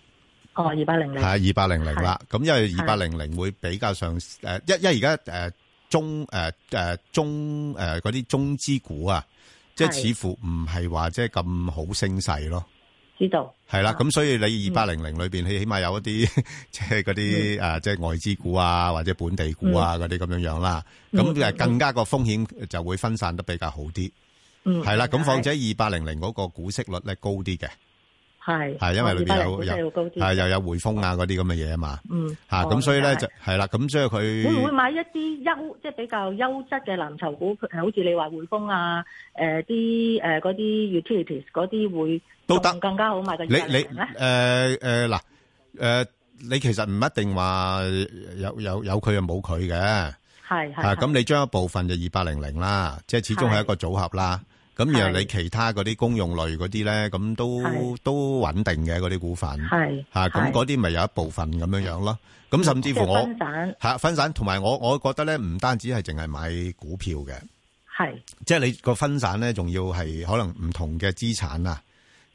Speaker 14: 哦二百零零
Speaker 2: 係二八零零啦。咁因為
Speaker 14: 係
Speaker 2: 二八零零會比較上誒，因因為而家誒中誒誒中誒嗰啲中資股啊，即係
Speaker 14: 係
Speaker 2: 似乎唔係話即係咁好升勢咯。
Speaker 14: 知道
Speaker 2: 係啦，咁所以
Speaker 14: 嗯
Speaker 2: 你二八零零裏边，起起碼有一啲 即係嗰啲诶，即係外資股啊，或者本地股啊嗰啲咁樣樣啦。
Speaker 14: 嗯
Speaker 2: 咁诶，
Speaker 14: 嗯
Speaker 2: 更加個風險就會分散得比較好啲。
Speaker 14: 嗯
Speaker 2: 係啦，咁
Speaker 14: 明白
Speaker 2: 況且二八零零嗰個股息率咧高啲嘅，
Speaker 14: 係哦
Speaker 2: 係因為裏边
Speaker 14: 200
Speaker 2: 有
Speaker 14: 股息會
Speaker 2: 有
Speaker 14: 高啲
Speaker 2: 係又有匯豐啊嗰啲咁嘅嘢啊嘛。
Speaker 14: 嗯
Speaker 2: 吓
Speaker 14: 哦
Speaker 2: 咁所以咧
Speaker 14: 明白
Speaker 2: 就係啦，咁所以佢
Speaker 14: 會唔會買一啲優即係比較優質嘅藍籌股？誒好似你話匯豐啊，誒啲誒嗰啲 utilities 嗰啲會
Speaker 2: 都得
Speaker 14: 仲更加好買嘅。
Speaker 2: 你你誒誒嗱誒，你其實唔一定話有有有佢又冇佢嘅。
Speaker 14: 係係
Speaker 2: 啊，
Speaker 14: 係
Speaker 2: 咁你將一部分就二八零零啦，即係始終係一個組合啦。咁然後你其他嗰啲公用類嗰啲咧，咁都
Speaker 14: 係
Speaker 2: 都穩定嘅嗰啲股份。
Speaker 14: 係
Speaker 2: 嚇，咁
Speaker 14: 係
Speaker 2: 嗰啲咪有一部分咁樣樣咯。咁甚至乎我
Speaker 14: 即係分散
Speaker 2: 嚇分散，同埋我我覺得咧，唔單止係淨係買股票嘅，
Speaker 14: 係
Speaker 2: 即係你個分散咧，仲要係可能唔同嘅資產啊，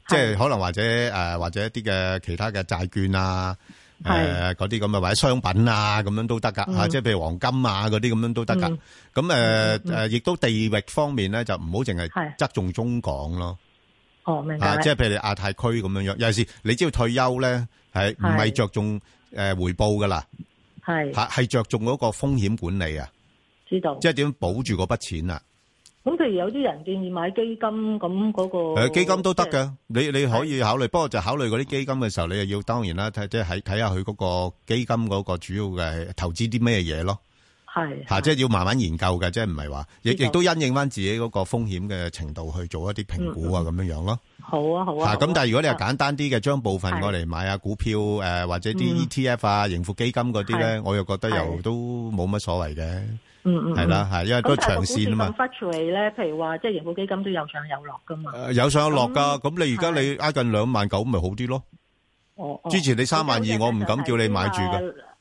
Speaker 2: 即係可能或者誒、呃或者一啲嘅其他嘅債券啊。誒
Speaker 14: 係
Speaker 2: 嗰啲咁嘅或者商品啊咁樣都得㗎
Speaker 14: 嗯
Speaker 2: 嚇，即係譬如黃金啊嗰啲咁樣都得㗎
Speaker 14: 嗯。
Speaker 2: 咁誒誒，亦都地域方面咧就唔好淨係
Speaker 14: 係
Speaker 2: 側重中港咯。
Speaker 14: 哦，明白
Speaker 2: 啊，
Speaker 14: 啦。
Speaker 2: 即係譬如你亞太區咁樣樣，有時你知道退休咧係唔係
Speaker 14: 係
Speaker 2: 着重誒回報㗎啦，
Speaker 14: 係
Speaker 2: 係係着重嗰個風險管理啊，
Speaker 14: 知道。
Speaker 2: 即係點保住嗰筆錢啊。
Speaker 14: 咁譬如有啲人建議買基金，咁嗰個
Speaker 2: 誒基金都得
Speaker 14: 哦
Speaker 2: 嘅，你你可以考慮，不過就考慮嗰啲基金嘅時候，你又要當然啦，睇即係喺睇下佢嗰個基金嗰個主要嘅投資啲咩嘢咯。
Speaker 14: 係
Speaker 2: 吓，即係要慢慢研究嘅，即係唔係話，亦亦都因應翻自己嗰個風險嘅程度去做一啲評估
Speaker 14: 嗯
Speaker 2: 啊，咁樣樣咯。
Speaker 14: 好啊好啊。
Speaker 2: 吓，咁但係如果你係
Speaker 14: 係
Speaker 2: 簡單啲嘅，將部分
Speaker 14: 係
Speaker 2: 我嚟買下股票诶，誒或者
Speaker 14: 嗯
Speaker 2: 啲 ETF 啊、盈富基金嗰啲咧，
Speaker 14: 係
Speaker 2: 我又覺得又
Speaker 14: 嗯係
Speaker 2: 都冇乜所謂嘅。
Speaker 14: 嗯嗯，
Speaker 2: 係啦
Speaker 14: 嗯
Speaker 2: 係因為都係長線啊嘛
Speaker 14: 咁但係個股市咁 fluctuate 咧，譬如話即係盈富基金都有上有落噶嘛。
Speaker 2: 誒有上有落噶，
Speaker 14: 咁
Speaker 2: 咁你而家你挨近兩萬九咪好啲咯？
Speaker 14: 我我
Speaker 2: 之前你三萬二，我唔敢叫你買住噶。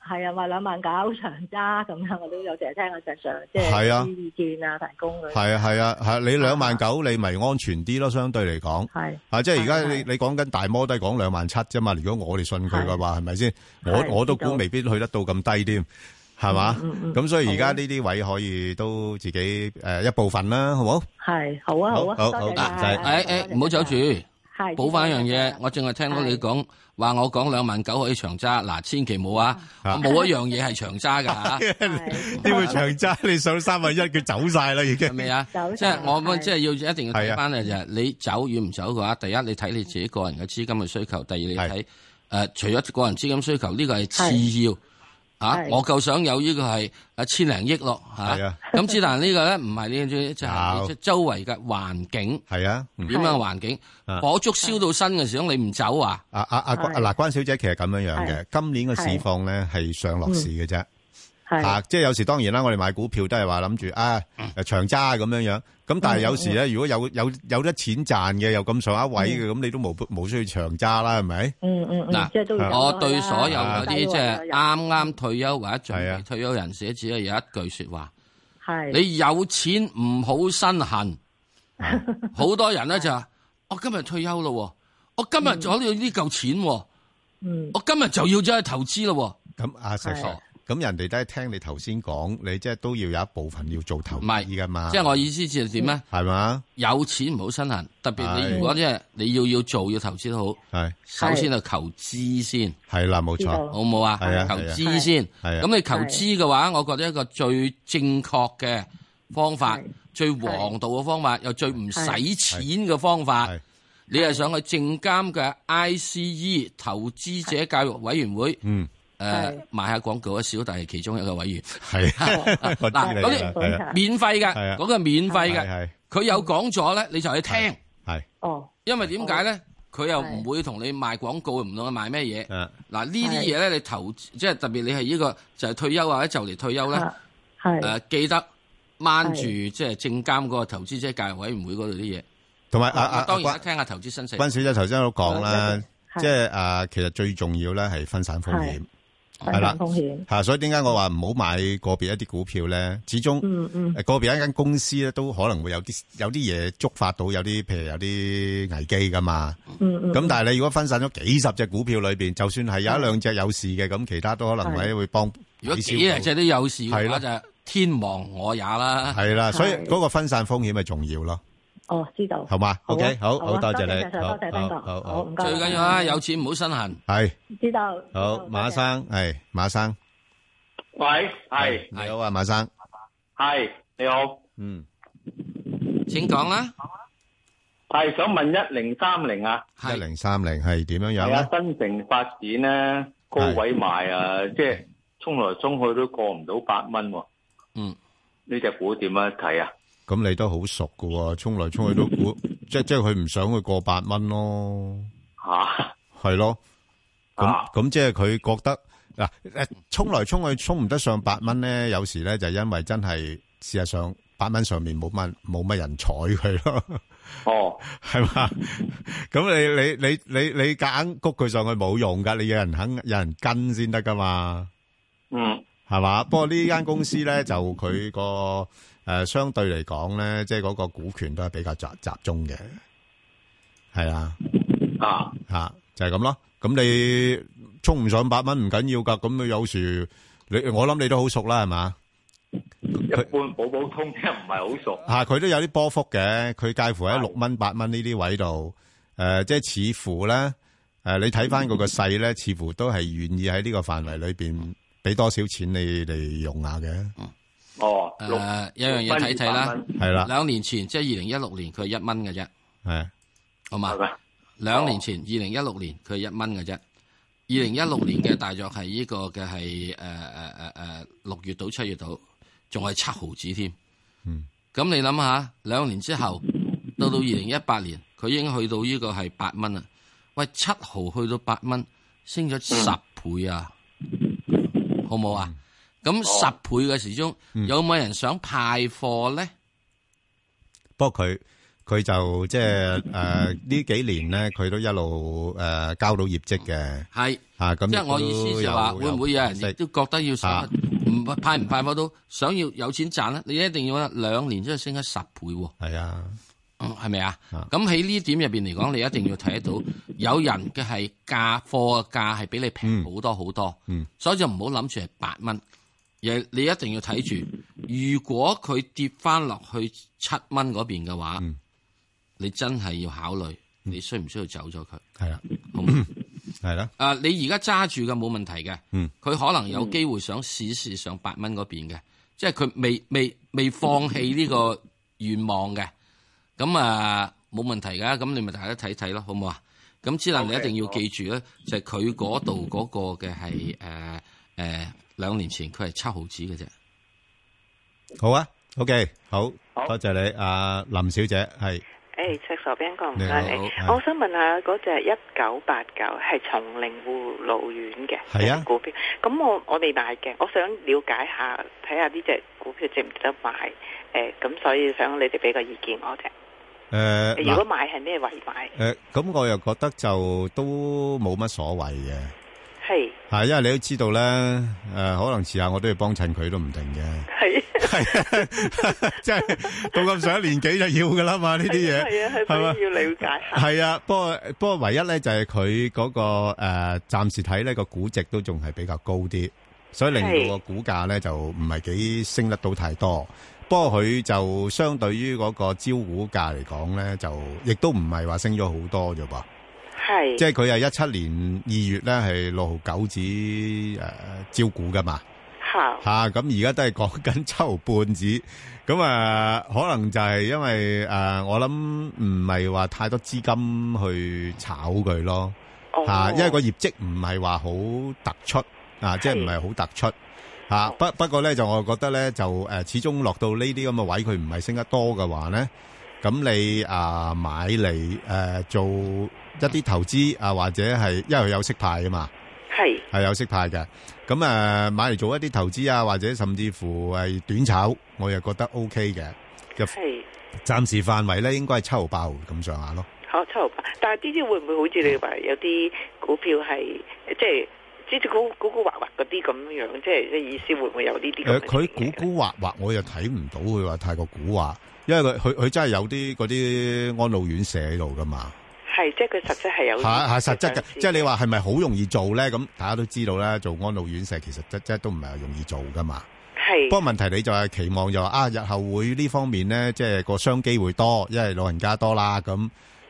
Speaker 14: 係啊，話兩萬九長揸咁樣，我都有成日聽阿石 Sir 即
Speaker 2: 係啊
Speaker 14: 係啲意見啊、提供嗰啲。
Speaker 2: 系啊系啊系，你两万九你咪安全啲咯，相對嚟講
Speaker 14: 係
Speaker 2: 啊，即係而家你你讲紧大摩都係講兩萬七啫嘛，如果我哋信佢嘅話，係咪先？我
Speaker 14: 係
Speaker 2: 我都
Speaker 14: 知道
Speaker 2: 估未必去得到咁低添，係嘛
Speaker 14: 嗯嗯？嗯
Speaker 2: 咁所以而家呢啲位可以都自己诶一部分啦，好冇？
Speaker 14: 係好啊好啊，
Speaker 2: 好好
Speaker 14: 多謝晒
Speaker 2: 就係
Speaker 3: 诶诶，誒唔好走住，
Speaker 14: 係
Speaker 3: 補翻一樣嘢。我淨係聽到你講話，我講兩萬九可以長揸，嗱，千祈冇啊！我冇一樣嘢係長 揸噶嚇。
Speaker 2: 點會長揸？你上三分一，佢走晒啦已經。
Speaker 3: 咪 啊？即係我咁即係要一定要
Speaker 2: 啊
Speaker 3: 睇翻咧，就係你走與唔走嘅話，第一你睇你自己個人嘅資金嘅需求，第二你睇誒除咗個人資金需求呢個係次要啊，
Speaker 14: 係
Speaker 3: 我夠想有呢個係啊千零億咯
Speaker 2: 係
Speaker 3: 嚇
Speaker 2: 啊。
Speaker 3: 咁之但呢個咧唔係呢啲，即係
Speaker 2: 有
Speaker 3: 你周圍嘅環境
Speaker 2: 係啊，嗯
Speaker 3: 點樣環境
Speaker 2: 啊
Speaker 3: 火燭燒到身嘅時候，你唔走啊？
Speaker 2: 啊啊啊！關
Speaker 3: 係
Speaker 2: 嗱，關小姐其實咁樣樣嘅
Speaker 3: 係，
Speaker 2: 今年嘅市況咧係上落市嘅啫。
Speaker 14: 係
Speaker 2: 啊，即係有時當然啦，我哋買股票都係話諗住啊
Speaker 3: 嗯
Speaker 2: 誒長揸咁樣樣。咁但係有時咧，如果有有有得錢賺嘅，又咁上下位
Speaker 3: 嗯
Speaker 2: 嘅，咁你都冇冇需要長揸啦，係咪？
Speaker 14: 嗯嗯嗯，即係都要
Speaker 3: 嗱，我對所有嗰啲即係
Speaker 14: 啊，
Speaker 3: 啱啱退休或者
Speaker 2: 啊
Speaker 3: 準備退休人士咧，只係有一句説話：
Speaker 14: 係
Speaker 3: 你有錢唔好身痕。 好多人咧就話：我今日退休咯喎，我今日就攞到呢嚿錢喎，
Speaker 14: 嗯
Speaker 3: 我今日就要走去投資咯
Speaker 2: 咁阿石
Speaker 3: 係
Speaker 2: Sir，咁人哋都係聽你頭先講，你即係都要有一部分要做投資噶嘛。
Speaker 3: 喎。即係我意思就係點咧？
Speaker 2: 係嘛？
Speaker 3: 有錢唔好身痕，特別
Speaker 2: 係
Speaker 3: 你如果即係你要要做要投資都好。
Speaker 2: 係
Speaker 3: 首先就求知先，
Speaker 2: 系啦，冇
Speaker 3: 錯，
Speaker 2: 錯
Speaker 3: 好唔好啊？
Speaker 2: 係啊
Speaker 3: 求
Speaker 2: 係啊
Speaker 3: 知先，
Speaker 2: 係啊
Speaker 3: 咁你求知嘅話，我覺得一個最正確嘅方法，最王道嘅方法，又最唔使錢嘅方法。你係上去證監嘅 ICE 投資者教育委員會，
Speaker 2: 嗯，
Speaker 3: 誒賣下廣告啊，小弟係其中一個委員，
Speaker 2: 係 我知
Speaker 3: 嗱
Speaker 2: 你
Speaker 3: 嗰
Speaker 2: 啦係啊
Speaker 3: 啲免費嘅，嗰個係免費
Speaker 2: 係係
Speaker 3: 嘅，佢有講咗咧，你就去聽。
Speaker 2: 係
Speaker 14: 哦，
Speaker 3: 因為點解咧？佢又唔會同你賣廣告，唔同你賣咩嘢。
Speaker 2: 啊
Speaker 3: 嗱呢啲
Speaker 14: 係
Speaker 3: 嘢咧，你投即係特別你係呢個就係退休或者就嚟退休咧，
Speaker 14: 係
Speaker 3: 誒記得掹住
Speaker 14: 係
Speaker 3: 即係證監嗰個投資者教育委員會嗰度啲嘢。
Speaker 2: 同埋啊啊啊
Speaker 3: 當然啦
Speaker 2: 關
Speaker 3: 聽下投資新世。
Speaker 2: 關小姐頭先都講啦，
Speaker 14: 係
Speaker 2: 即係啊，其實最重要咧係分散風險，
Speaker 14: 分
Speaker 2: 係啦
Speaker 14: 散風險。
Speaker 2: 吓，所以點解我話唔好買個別一啲股票咧？始終
Speaker 14: 嗯嗯
Speaker 2: 誒個別一間公司咧，都可能會有啲有啲嘢觸發到有啲譬如有啲危機噶嘛。
Speaker 14: 嗯嗯
Speaker 2: 咁但係你如果分散咗幾十隻股票裏邊，就算係有一兩隻有事嘅，咁其他都可能會
Speaker 3: 係
Speaker 2: 會幫。
Speaker 3: 如果幾廿隻都有事嘅
Speaker 2: 係
Speaker 3: 話，
Speaker 2: 啦
Speaker 3: 就係天亡我也啦。
Speaker 2: 係啦，所以嗰個分散風險係重要咯，
Speaker 14: 哦，知道。
Speaker 2: 好嘛
Speaker 14: 好啊
Speaker 2: ？OK，好
Speaker 14: 好啊
Speaker 2: 好多謝
Speaker 14: 多謝
Speaker 2: 你
Speaker 14: 晒，多謝
Speaker 2: 好
Speaker 14: Ben 哥
Speaker 2: 好
Speaker 14: 好唔該
Speaker 3: 最緊要啦，有錢唔好身痕。
Speaker 2: 係
Speaker 14: 知道。
Speaker 2: 好，馬生係馬生，
Speaker 9: 喂，系
Speaker 2: 你好啊，馬生，
Speaker 9: 系你好，
Speaker 2: 嗯，
Speaker 3: 请讲啦。
Speaker 9: 系想问一零三零啊，
Speaker 2: 一零三零係點樣樣
Speaker 9: 系
Speaker 2: 咧
Speaker 9: 啊？，新城發展咧高位賣啊，即係衝來衝去都過唔到八蚊喎。
Speaker 3: 嗯，
Speaker 9: 呢只股點樣睇啊？
Speaker 2: 咁你都好熟噶喎，冲嚟冲去都估，即即係佢唔想佢過八蚊咯，
Speaker 9: 吓
Speaker 2: 係咯，
Speaker 9: 啊
Speaker 2: 咁咁即係佢覺得嗱诶，冲嚟冲去冲唔得上八蚊咧，有時咧就因為真係事實上八蚊上面冇乜冇乜人睬佢咯，
Speaker 9: 哦，
Speaker 2: 係嘛？咁你你你你你夾硬谷佢上去冇用噶，你有人肯有人跟先得噶嘛。
Speaker 9: 嗯，
Speaker 2: 係嘛？不過呢間公司咧，就佢個诶相對嚟講咧，即係嗰個股權都係比較集集中嘅，係啊，
Speaker 9: 啊
Speaker 2: 吓就係咁咯。咁你冲唔上八蚊唔緊要㗎，咁佢有時你我諗你都好熟啦，係嘛？
Speaker 9: 一般普普通通唔係好熟。
Speaker 2: 吓佢都有啲波幅嘅，佢介乎喺六蚊八蚊呢啲位度，诶、即係似乎咧，诶、你睇翻佢個勢咧，似乎都係願意喺呢個範圍裏边俾多少錢你嚟用下嘅。
Speaker 9: 哦，
Speaker 3: 誒
Speaker 9: 六
Speaker 3: 一樣嘢睇睇啦，
Speaker 2: 係啦
Speaker 3: 兩年前即係二零一六年，佢係一蚊嘅啫，
Speaker 2: 係
Speaker 3: 好嘛？兩年前二零一六年佢係一蚊嘅啫，二零一六年嘅大約係呢個嘅係誒誒誒誒六月到七月到，仲係七毫子添。咁你諗下，兩年之後到到二零一八年，佢已經去到呢個係八蚊啦。喂，七毫去到八蚊，升咗十倍啊，好冇啊？咁十倍嘅時鐘，有冇人想派貨咧？
Speaker 2: 不過佢佢就即係誒呢幾年咧，佢都一路誒、呃交到業績嘅。
Speaker 3: 係
Speaker 2: 啊，咁
Speaker 3: 即係我
Speaker 2: 亦都
Speaker 3: 意思就
Speaker 2: 有啊
Speaker 3: 話，會唔會有人亦都覺得要想唔派唔派貨都想要有錢賺咧？你一定要兩年之後升咗十倍喎。
Speaker 2: 係啊，
Speaker 3: 係咪啊？咁喺呢點入邊嚟講，你一定要睇得到有人嘅係價貨嘅價係比你平好多好多，
Speaker 2: 嗯
Speaker 3: 所以就唔好諗住係八蚊，而係你一定要睇住，如果佢跌翻落去七蚊嗰邊嘅話，
Speaker 2: 嗯
Speaker 3: 你真係要考慮你需唔需要走咗佢。
Speaker 2: 係啦，
Speaker 3: 好
Speaker 2: 係啦，
Speaker 3: 啊，你而家揸住嘅冇問題嘅，
Speaker 2: 嗯
Speaker 3: 佢可能有機會想試試上八蚊嗰邊嘅，即係佢未未未放
Speaker 2: 嗯
Speaker 3: 棄呢個願望嘅，咁啊冇問題噶，咁你咪大家睇睇咯，好唔好啊？咁之能你一定
Speaker 2: 啊
Speaker 3: 要記住咧，就係佢嗰度嗰個嘅係誒誒兩年前佢係七毫子嘅啫，
Speaker 2: 好啊，OK，好，多謝你，阿林小姐，係
Speaker 15: 诶，赤手邊個唔
Speaker 2: 你
Speaker 15: 該
Speaker 2: 好
Speaker 15: 你，
Speaker 2: 係
Speaker 15: 我想問下嗰隻一九八九係松齡護老院嘅
Speaker 2: 係啊
Speaker 15: 股票，咁我我未買嘅，我想了解下睇下呢只股票值唔值得買，诶、咁所以想你哋俾個意見我啫。
Speaker 2: 誒
Speaker 15: 如果
Speaker 2: 嗱
Speaker 15: 買係咩位買？
Speaker 2: 誒，咁我又覺得就都冇乜所謂嘅。
Speaker 15: 係
Speaker 2: 係，因為你都知道咧，誒、可能遲下我都要幫襯佢都唔定嘅。
Speaker 15: 係
Speaker 2: 係， 即係到咁上一年紀就要噶啦嘛，呢啲嘢
Speaker 15: 係啊係
Speaker 2: 係嘛
Speaker 15: 所以要了解下。
Speaker 2: 係啊，不過不過唯一咧就係佢嗰個誒、呃，暫時睇呢個估值都仲係比較高啲，所以令到個股價咧就唔係幾升得到太多。不過佢就相對於嗰個招股價嚟講咧，就亦都唔係話升咗好多啫噃。
Speaker 15: 係
Speaker 2: 即係佢係一七年二月咧係六毫九子誒招股噶嘛。
Speaker 15: 嚇
Speaker 2: 吓啊咁而家都係講緊七毫半子，咁啊可能就係因為诶、啊我諗唔係話太多資金去炒佢咯，
Speaker 15: 哦
Speaker 4: 哦
Speaker 2: 吓、因為個業績唔係話好突出啊，即係唔係好突出吓、啊不不過咧就我覺得咧就诶、呃始終落到呢啲咁嘅位，佢唔係升得多嘅話咧，咁你啊買嚟诶、呃做一啲投資啊，或者係因為佢有息派啊嘛。
Speaker 15: 係
Speaker 2: 係有息派嘅。咁誒買嚟做一啲投資啊，或者甚至乎係短炒，我又覺得 O K 嘅。就
Speaker 15: 係。
Speaker 2: 暫時範圍咧，應該係七毫八毫咁上下咯。
Speaker 15: 好七毫八，但係呢啲會唔會好似你話有啲股票係即係即係古古古惑惑嗰啲咁樣，即係即係意思會唔會有呢啲
Speaker 2: 誒、
Speaker 15: 咁嘅？
Speaker 2: 佢古古惑惑，我又睇唔到佢話太過古惑，因為佢佢佢真係有啲嗰啲安老院舍喺度噶嘛。
Speaker 15: 係即係佢實質係有
Speaker 2: 係係實質
Speaker 15: 上，
Speaker 2: 嘅
Speaker 15: 市
Speaker 2: 即係你話係咪好容易做咧？咁大家都知道啦，做安老院舍其實真真都唔係容易做噶嘛。
Speaker 15: 係
Speaker 2: 不過問題你就係期望就話啊，日後會呢方面咧，即係個商機會多，因為老人家多啦，咁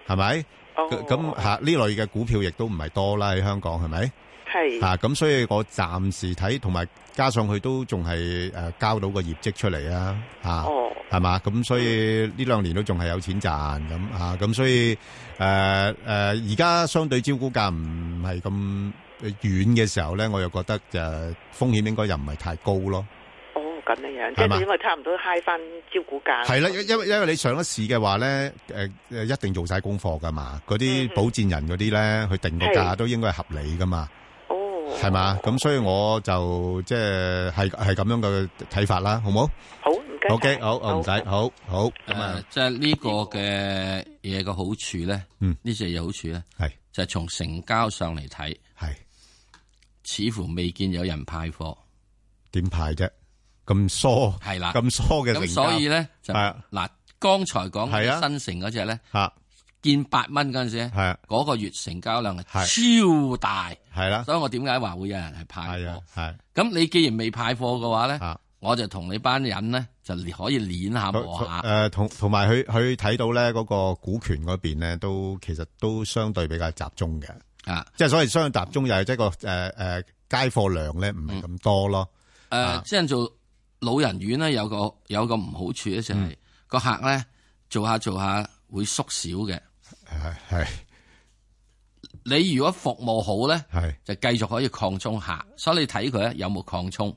Speaker 2: 係咪？
Speaker 15: 哦
Speaker 2: 咁咁嚇呢類嘅股票亦都唔係多啦，喺香港係咪？
Speaker 15: 係
Speaker 2: 嚇咁，所以我暫時睇，同埋加上佢都仲係誒交到個業績出嚟啊，嚇、
Speaker 15: 哦
Speaker 2: 係嘛？咁所以呢兩年都仲係有錢賺咁啊，咁所以誒誒而家相對招股價唔係咁遠嘅時候咧，我又覺得就風險應該又唔係太高咯。
Speaker 15: 哦咁樣樣，即
Speaker 2: 係嘛
Speaker 15: 係應該差唔多 high 翻招股價。
Speaker 2: 係啦，因因為因為你上咗市嘅話咧，誒、誒一定做晒功課噶嘛，嗰啲保薦人嗰啲咧，佢定個價
Speaker 15: 係
Speaker 2: 都應該係合理噶嘛。哦，係嘛？咁所以我就即係係係咁樣嘅睇法啦，好冇？
Speaker 15: 好，唔
Speaker 3: 該
Speaker 2: O K，好，我唔使，好好咁啊
Speaker 3: 誒，呃即係呢個嘅嘢嘅好處咧，
Speaker 2: 嗯，
Speaker 3: 呢隻嘢好處咧，
Speaker 2: 係
Speaker 3: 就係從成交上嚟睇，
Speaker 2: 係
Speaker 3: 似乎未見有人派貨。
Speaker 2: 點派啫？咁疏
Speaker 3: 系啦，
Speaker 2: 咁疏嘅成
Speaker 3: 啊咁
Speaker 2: 交
Speaker 3: 所以咧就
Speaker 2: 係啊
Speaker 3: 嗱，剛才講
Speaker 2: 係啊
Speaker 3: 嘅新城嗰只咧
Speaker 2: 嚇，
Speaker 3: 見八蚊嗰陣時咧，
Speaker 2: 係啊
Speaker 3: 嗰個月成交量係超大，
Speaker 2: 係啦，
Speaker 3: 所以我點解話會有人係派貨？
Speaker 2: 啊係啊
Speaker 3: 咁你既然未派貨嘅話咧，我就同你班人咧就可以攣下磨下，啊
Speaker 2: 誒同同埋佢佢睇到咧嗰個股權嗰邊咧，都其實都相對比較集中嘅。
Speaker 3: 啊，
Speaker 2: 即係所謂相對集中，又係即係個誒誒街貨量咧唔
Speaker 3: 嗯
Speaker 2: 係咁多咯。
Speaker 3: 誒，呃即係做老人院咧，有個有個唔好處咧，就
Speaker 2: 嗯
Speaker 3: 係個客咧做下做下會縮小嘅。
Speaker 2: 係係。
Speaker 3: 你如果服務好咧，
Speaker 2: 係
Speaker 3: 就繼續可以擴充客，所以你睇佢咧有冇擴充。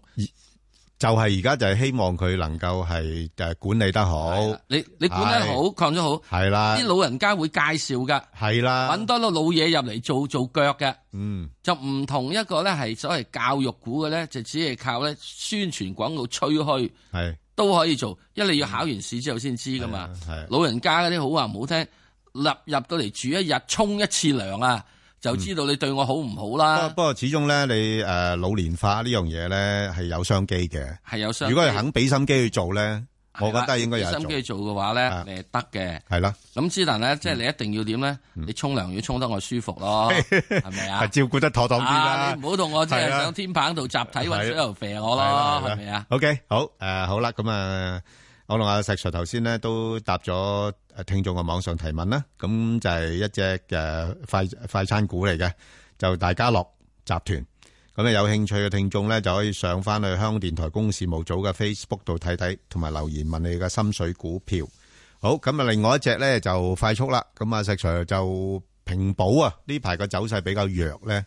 Speaker 2: 就係而家就係希望佢能夠係诶管理得好。
Speaker 3: 你你管得好，抗咗好，
Speaker 2: 係啊啦，
Speaker 3: 啲老人家會介紹噶，
Speaker 2: 係啦，
Speaker 3: 揾多啲老嘢入嚟做做腳嘅，
Speaker 2: 嗯，
Speaker 3: 就唔同一個咧係所謂教育股嘅咧，就只係靠咧宣傳廣告吹噓
Speaker 2: 係
Speaker 3: 都可以做，因為你要考完試之後先知噶嘛。
Speaker 2: 係
Speaker 3: 老人家嗰啲好話唔好聽，入入到嚟住一日，沖一次涼啊，就知道你對我好唔好
Speaker 2: 嗯不
Speaker 3: 啦。
Speaker 2: 不過始終咧，你诶老年化呢樣嘢咧係有商機嘅，
Speaker 3: 係有商機
Speaker 2: 如果你肯俾心機去做咧，我覺得應該有
Speaker 3: 俾
Speaker 2: 得
Speaker 3: 心
Speaker 2: 做啊
Speaker 3: 機。做嘅話咧，你係得嘅。
Speaker 2: 係啦，
Speaker 3: 咁之但
Speaker 2: 嗯
Speaker 3: 咧，即係你一定要點咧？你沖涼要沖得我舒服咯， 係咪啊
Speaker 2: 係？照顧得妥當啲
Speaker 3: 啊！
Speaker 2: 啦
Speaker 3: 你。唔好同我即係
Speaker 2: 係啊
Speaker 3: 上天棚度集體揾水喉肥我
Speaker 2: 係啦係
Speaker 3: 咯，
Speaker 2: 啦
Speaker 3: 係咪啊？
Speaker 2: OK，好，誒，好啦，咁啊，我同阿石Sir頭先呢，都答咗，誒，聽眾嘅網上提問啦，咁就係一隻，誒，快-快餐股嚟嘅，就大家樂集團。咁啊，有興趣嘅聽眾呢，就可以上返去香港電台公視無組嘅Facebook度睇睇，同埋留言問你嘅心水股票。好，咁啊，另外一隻呢，就快速啦，咁啊，石Sir就平保啊，呢排個走勢比較弱呢，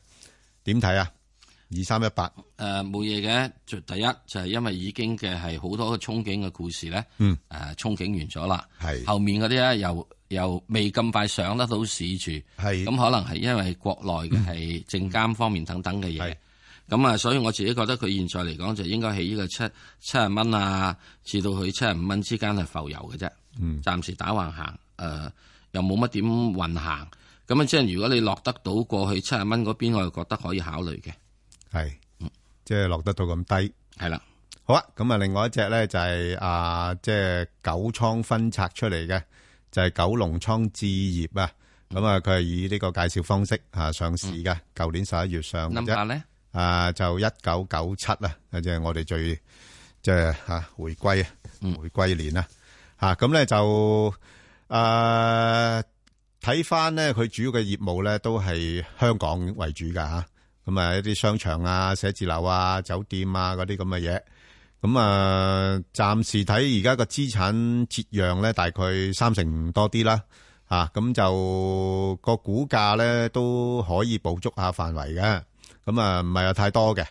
Speaker 2: 點睇啊？
Speaker 3: 誒冇嘢嘅，最第一就係因為已經嘅係好多嘅憧憬嘅故事咧，
Speaker 2: 嗯，
Speaker 3: 誒憧憬完咗啦，
Speaker 2: 係
Speaker 3: 後面嗰啲咧又又未咁快上得到市住，
Speaker 2: 係
Speaker 3: 咁可能係因為國內
Speaker 2: 嗯
Speaker 3: 嘅係證監方面等等嘅嘢，咁啊，所以我自己覺得佢現在嚟講就應該喺呢個七七十蚊啊，至到佢七十五蚊之間係浮遊嘅啫，
Speaker 2: 嗯
Speaker 3: 暫時打橫行，誒、又冇乜點運行，咁啊，即係如果你落得到過去七十蚊嗰邊，我又覺得可以考慮嘅。
Speaker 2: 系，即系落得到咁低，
Speaker 3: 系啦。
Speaker 2: 好啊，咁啊，另外一隻咧就係啊，即係九倉分拆出嚟嘅，就係九龍倉置業啊。咁啊，佢係以呢個介紹方式啊上市嘅，舊年十一月上嘅啫
Speaker 3: 嗯 number 咧？
Speaker 2: 啊，就一九九七啊，即係我哋最即係吓回歸啊，回歸年啊，吓咁咧就诶睇翻咧，佢主要嘅業務咧都係香港為主噶吓，咁啊一啲商場啊、寫字樓啊、酒店啊嗰啲咁嘅嘢。咁啊，暫時睇而家個資產折讓咧，大概三成多啲啦。啊，咁就個股價咧都可以捕捉下範圍嘅。咁啊，唔係有太多嘅。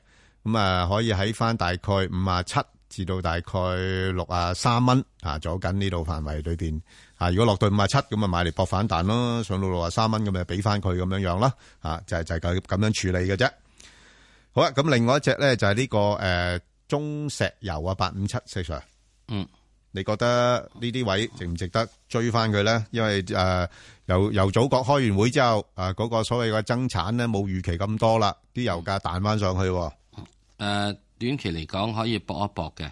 Speaker 2: 咁啊，可以喺翻大概五啊七至到大概六啊三蚊啊，左緊呢度範圍裏邊啊。如果落到五啊七咁啊，買嚟搏反彈咯，上到六啊三蚊咁咪俾翻佢咁樣樣啦。啊，就係、就係咁咁樣處理嘅啫。好啊，咁另外一隻咧就係呢、個誒、呃中石油啊，八五七四 Sir。
Speaker 3: 嗯，
Speaker 2: 你覺得呢啲位值唔值得追翻佢咧？因為誒、呃由由祖國開完會之後，誒、啊嗰、個所謂嘅增產咧冇預期咁多啦，啲油價彈翻上去喎。
Speaker 3: 誒、短期嚟講可以搏一搏嘅，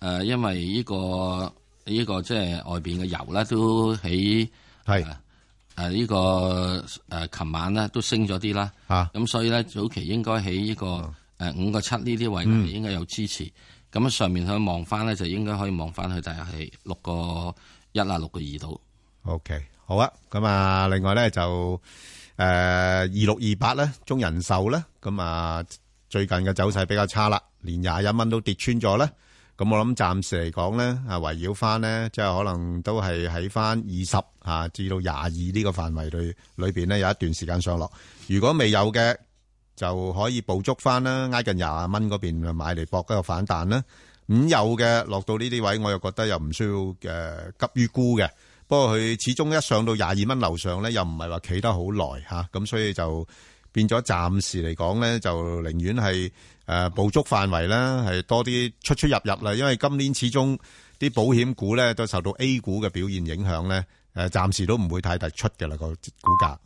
Speaker 3: 呃
Speaker 2: 係誒、
Speaker 3: 因為呢、個呢、個即係外邊嘅油咧都喺
Speaker 2: 係
Speaker 3: 誒呢個誒琴、晚咧都升咗啲啦，
Speaker 2: 嚇
Speaker 3: 咁、所以咧早期應該喺呢、個呃誒五個七呢啲位
Speaker 2: 嗯
Speaker 3: 咧應該有支持，咁、上面去望翻咧就應該可以望翻去大約係六個一啊六個二度。
Speaker 2: OK，好啊。咁啊，另外咧就誒二六二八咧，中人壽咧，咁啊最近嘅走勢比較差啦，連廿一蚊都跌穿咗咧。咁我諗暫時嚟講咧，啊圍繞翻咧，即係可能都係喺翻二十啊至到廿二呢個範圍裏裏邊咧，有一段時間上落。如果未有嘅，就可以捕捉翻啦，挨近廿蚊嗰邊買嚟搏一個反彈啦。咁有嘅落到呢啲位，我又覺得又唔需要誒、呃急於沽嘅。不過佢始終一上到廿二蚊樓上咧，又唔係話企得好耐嚇，咁、所以就變咗暫時嚟講咧，就寧願係誒捕捉範圍啦，係多啲出出入入啦。因為今年始終啲保險呃股咧都受到 A 股嘅表現影響咧，誒、暫時都唔會太突出嘅啦個股價。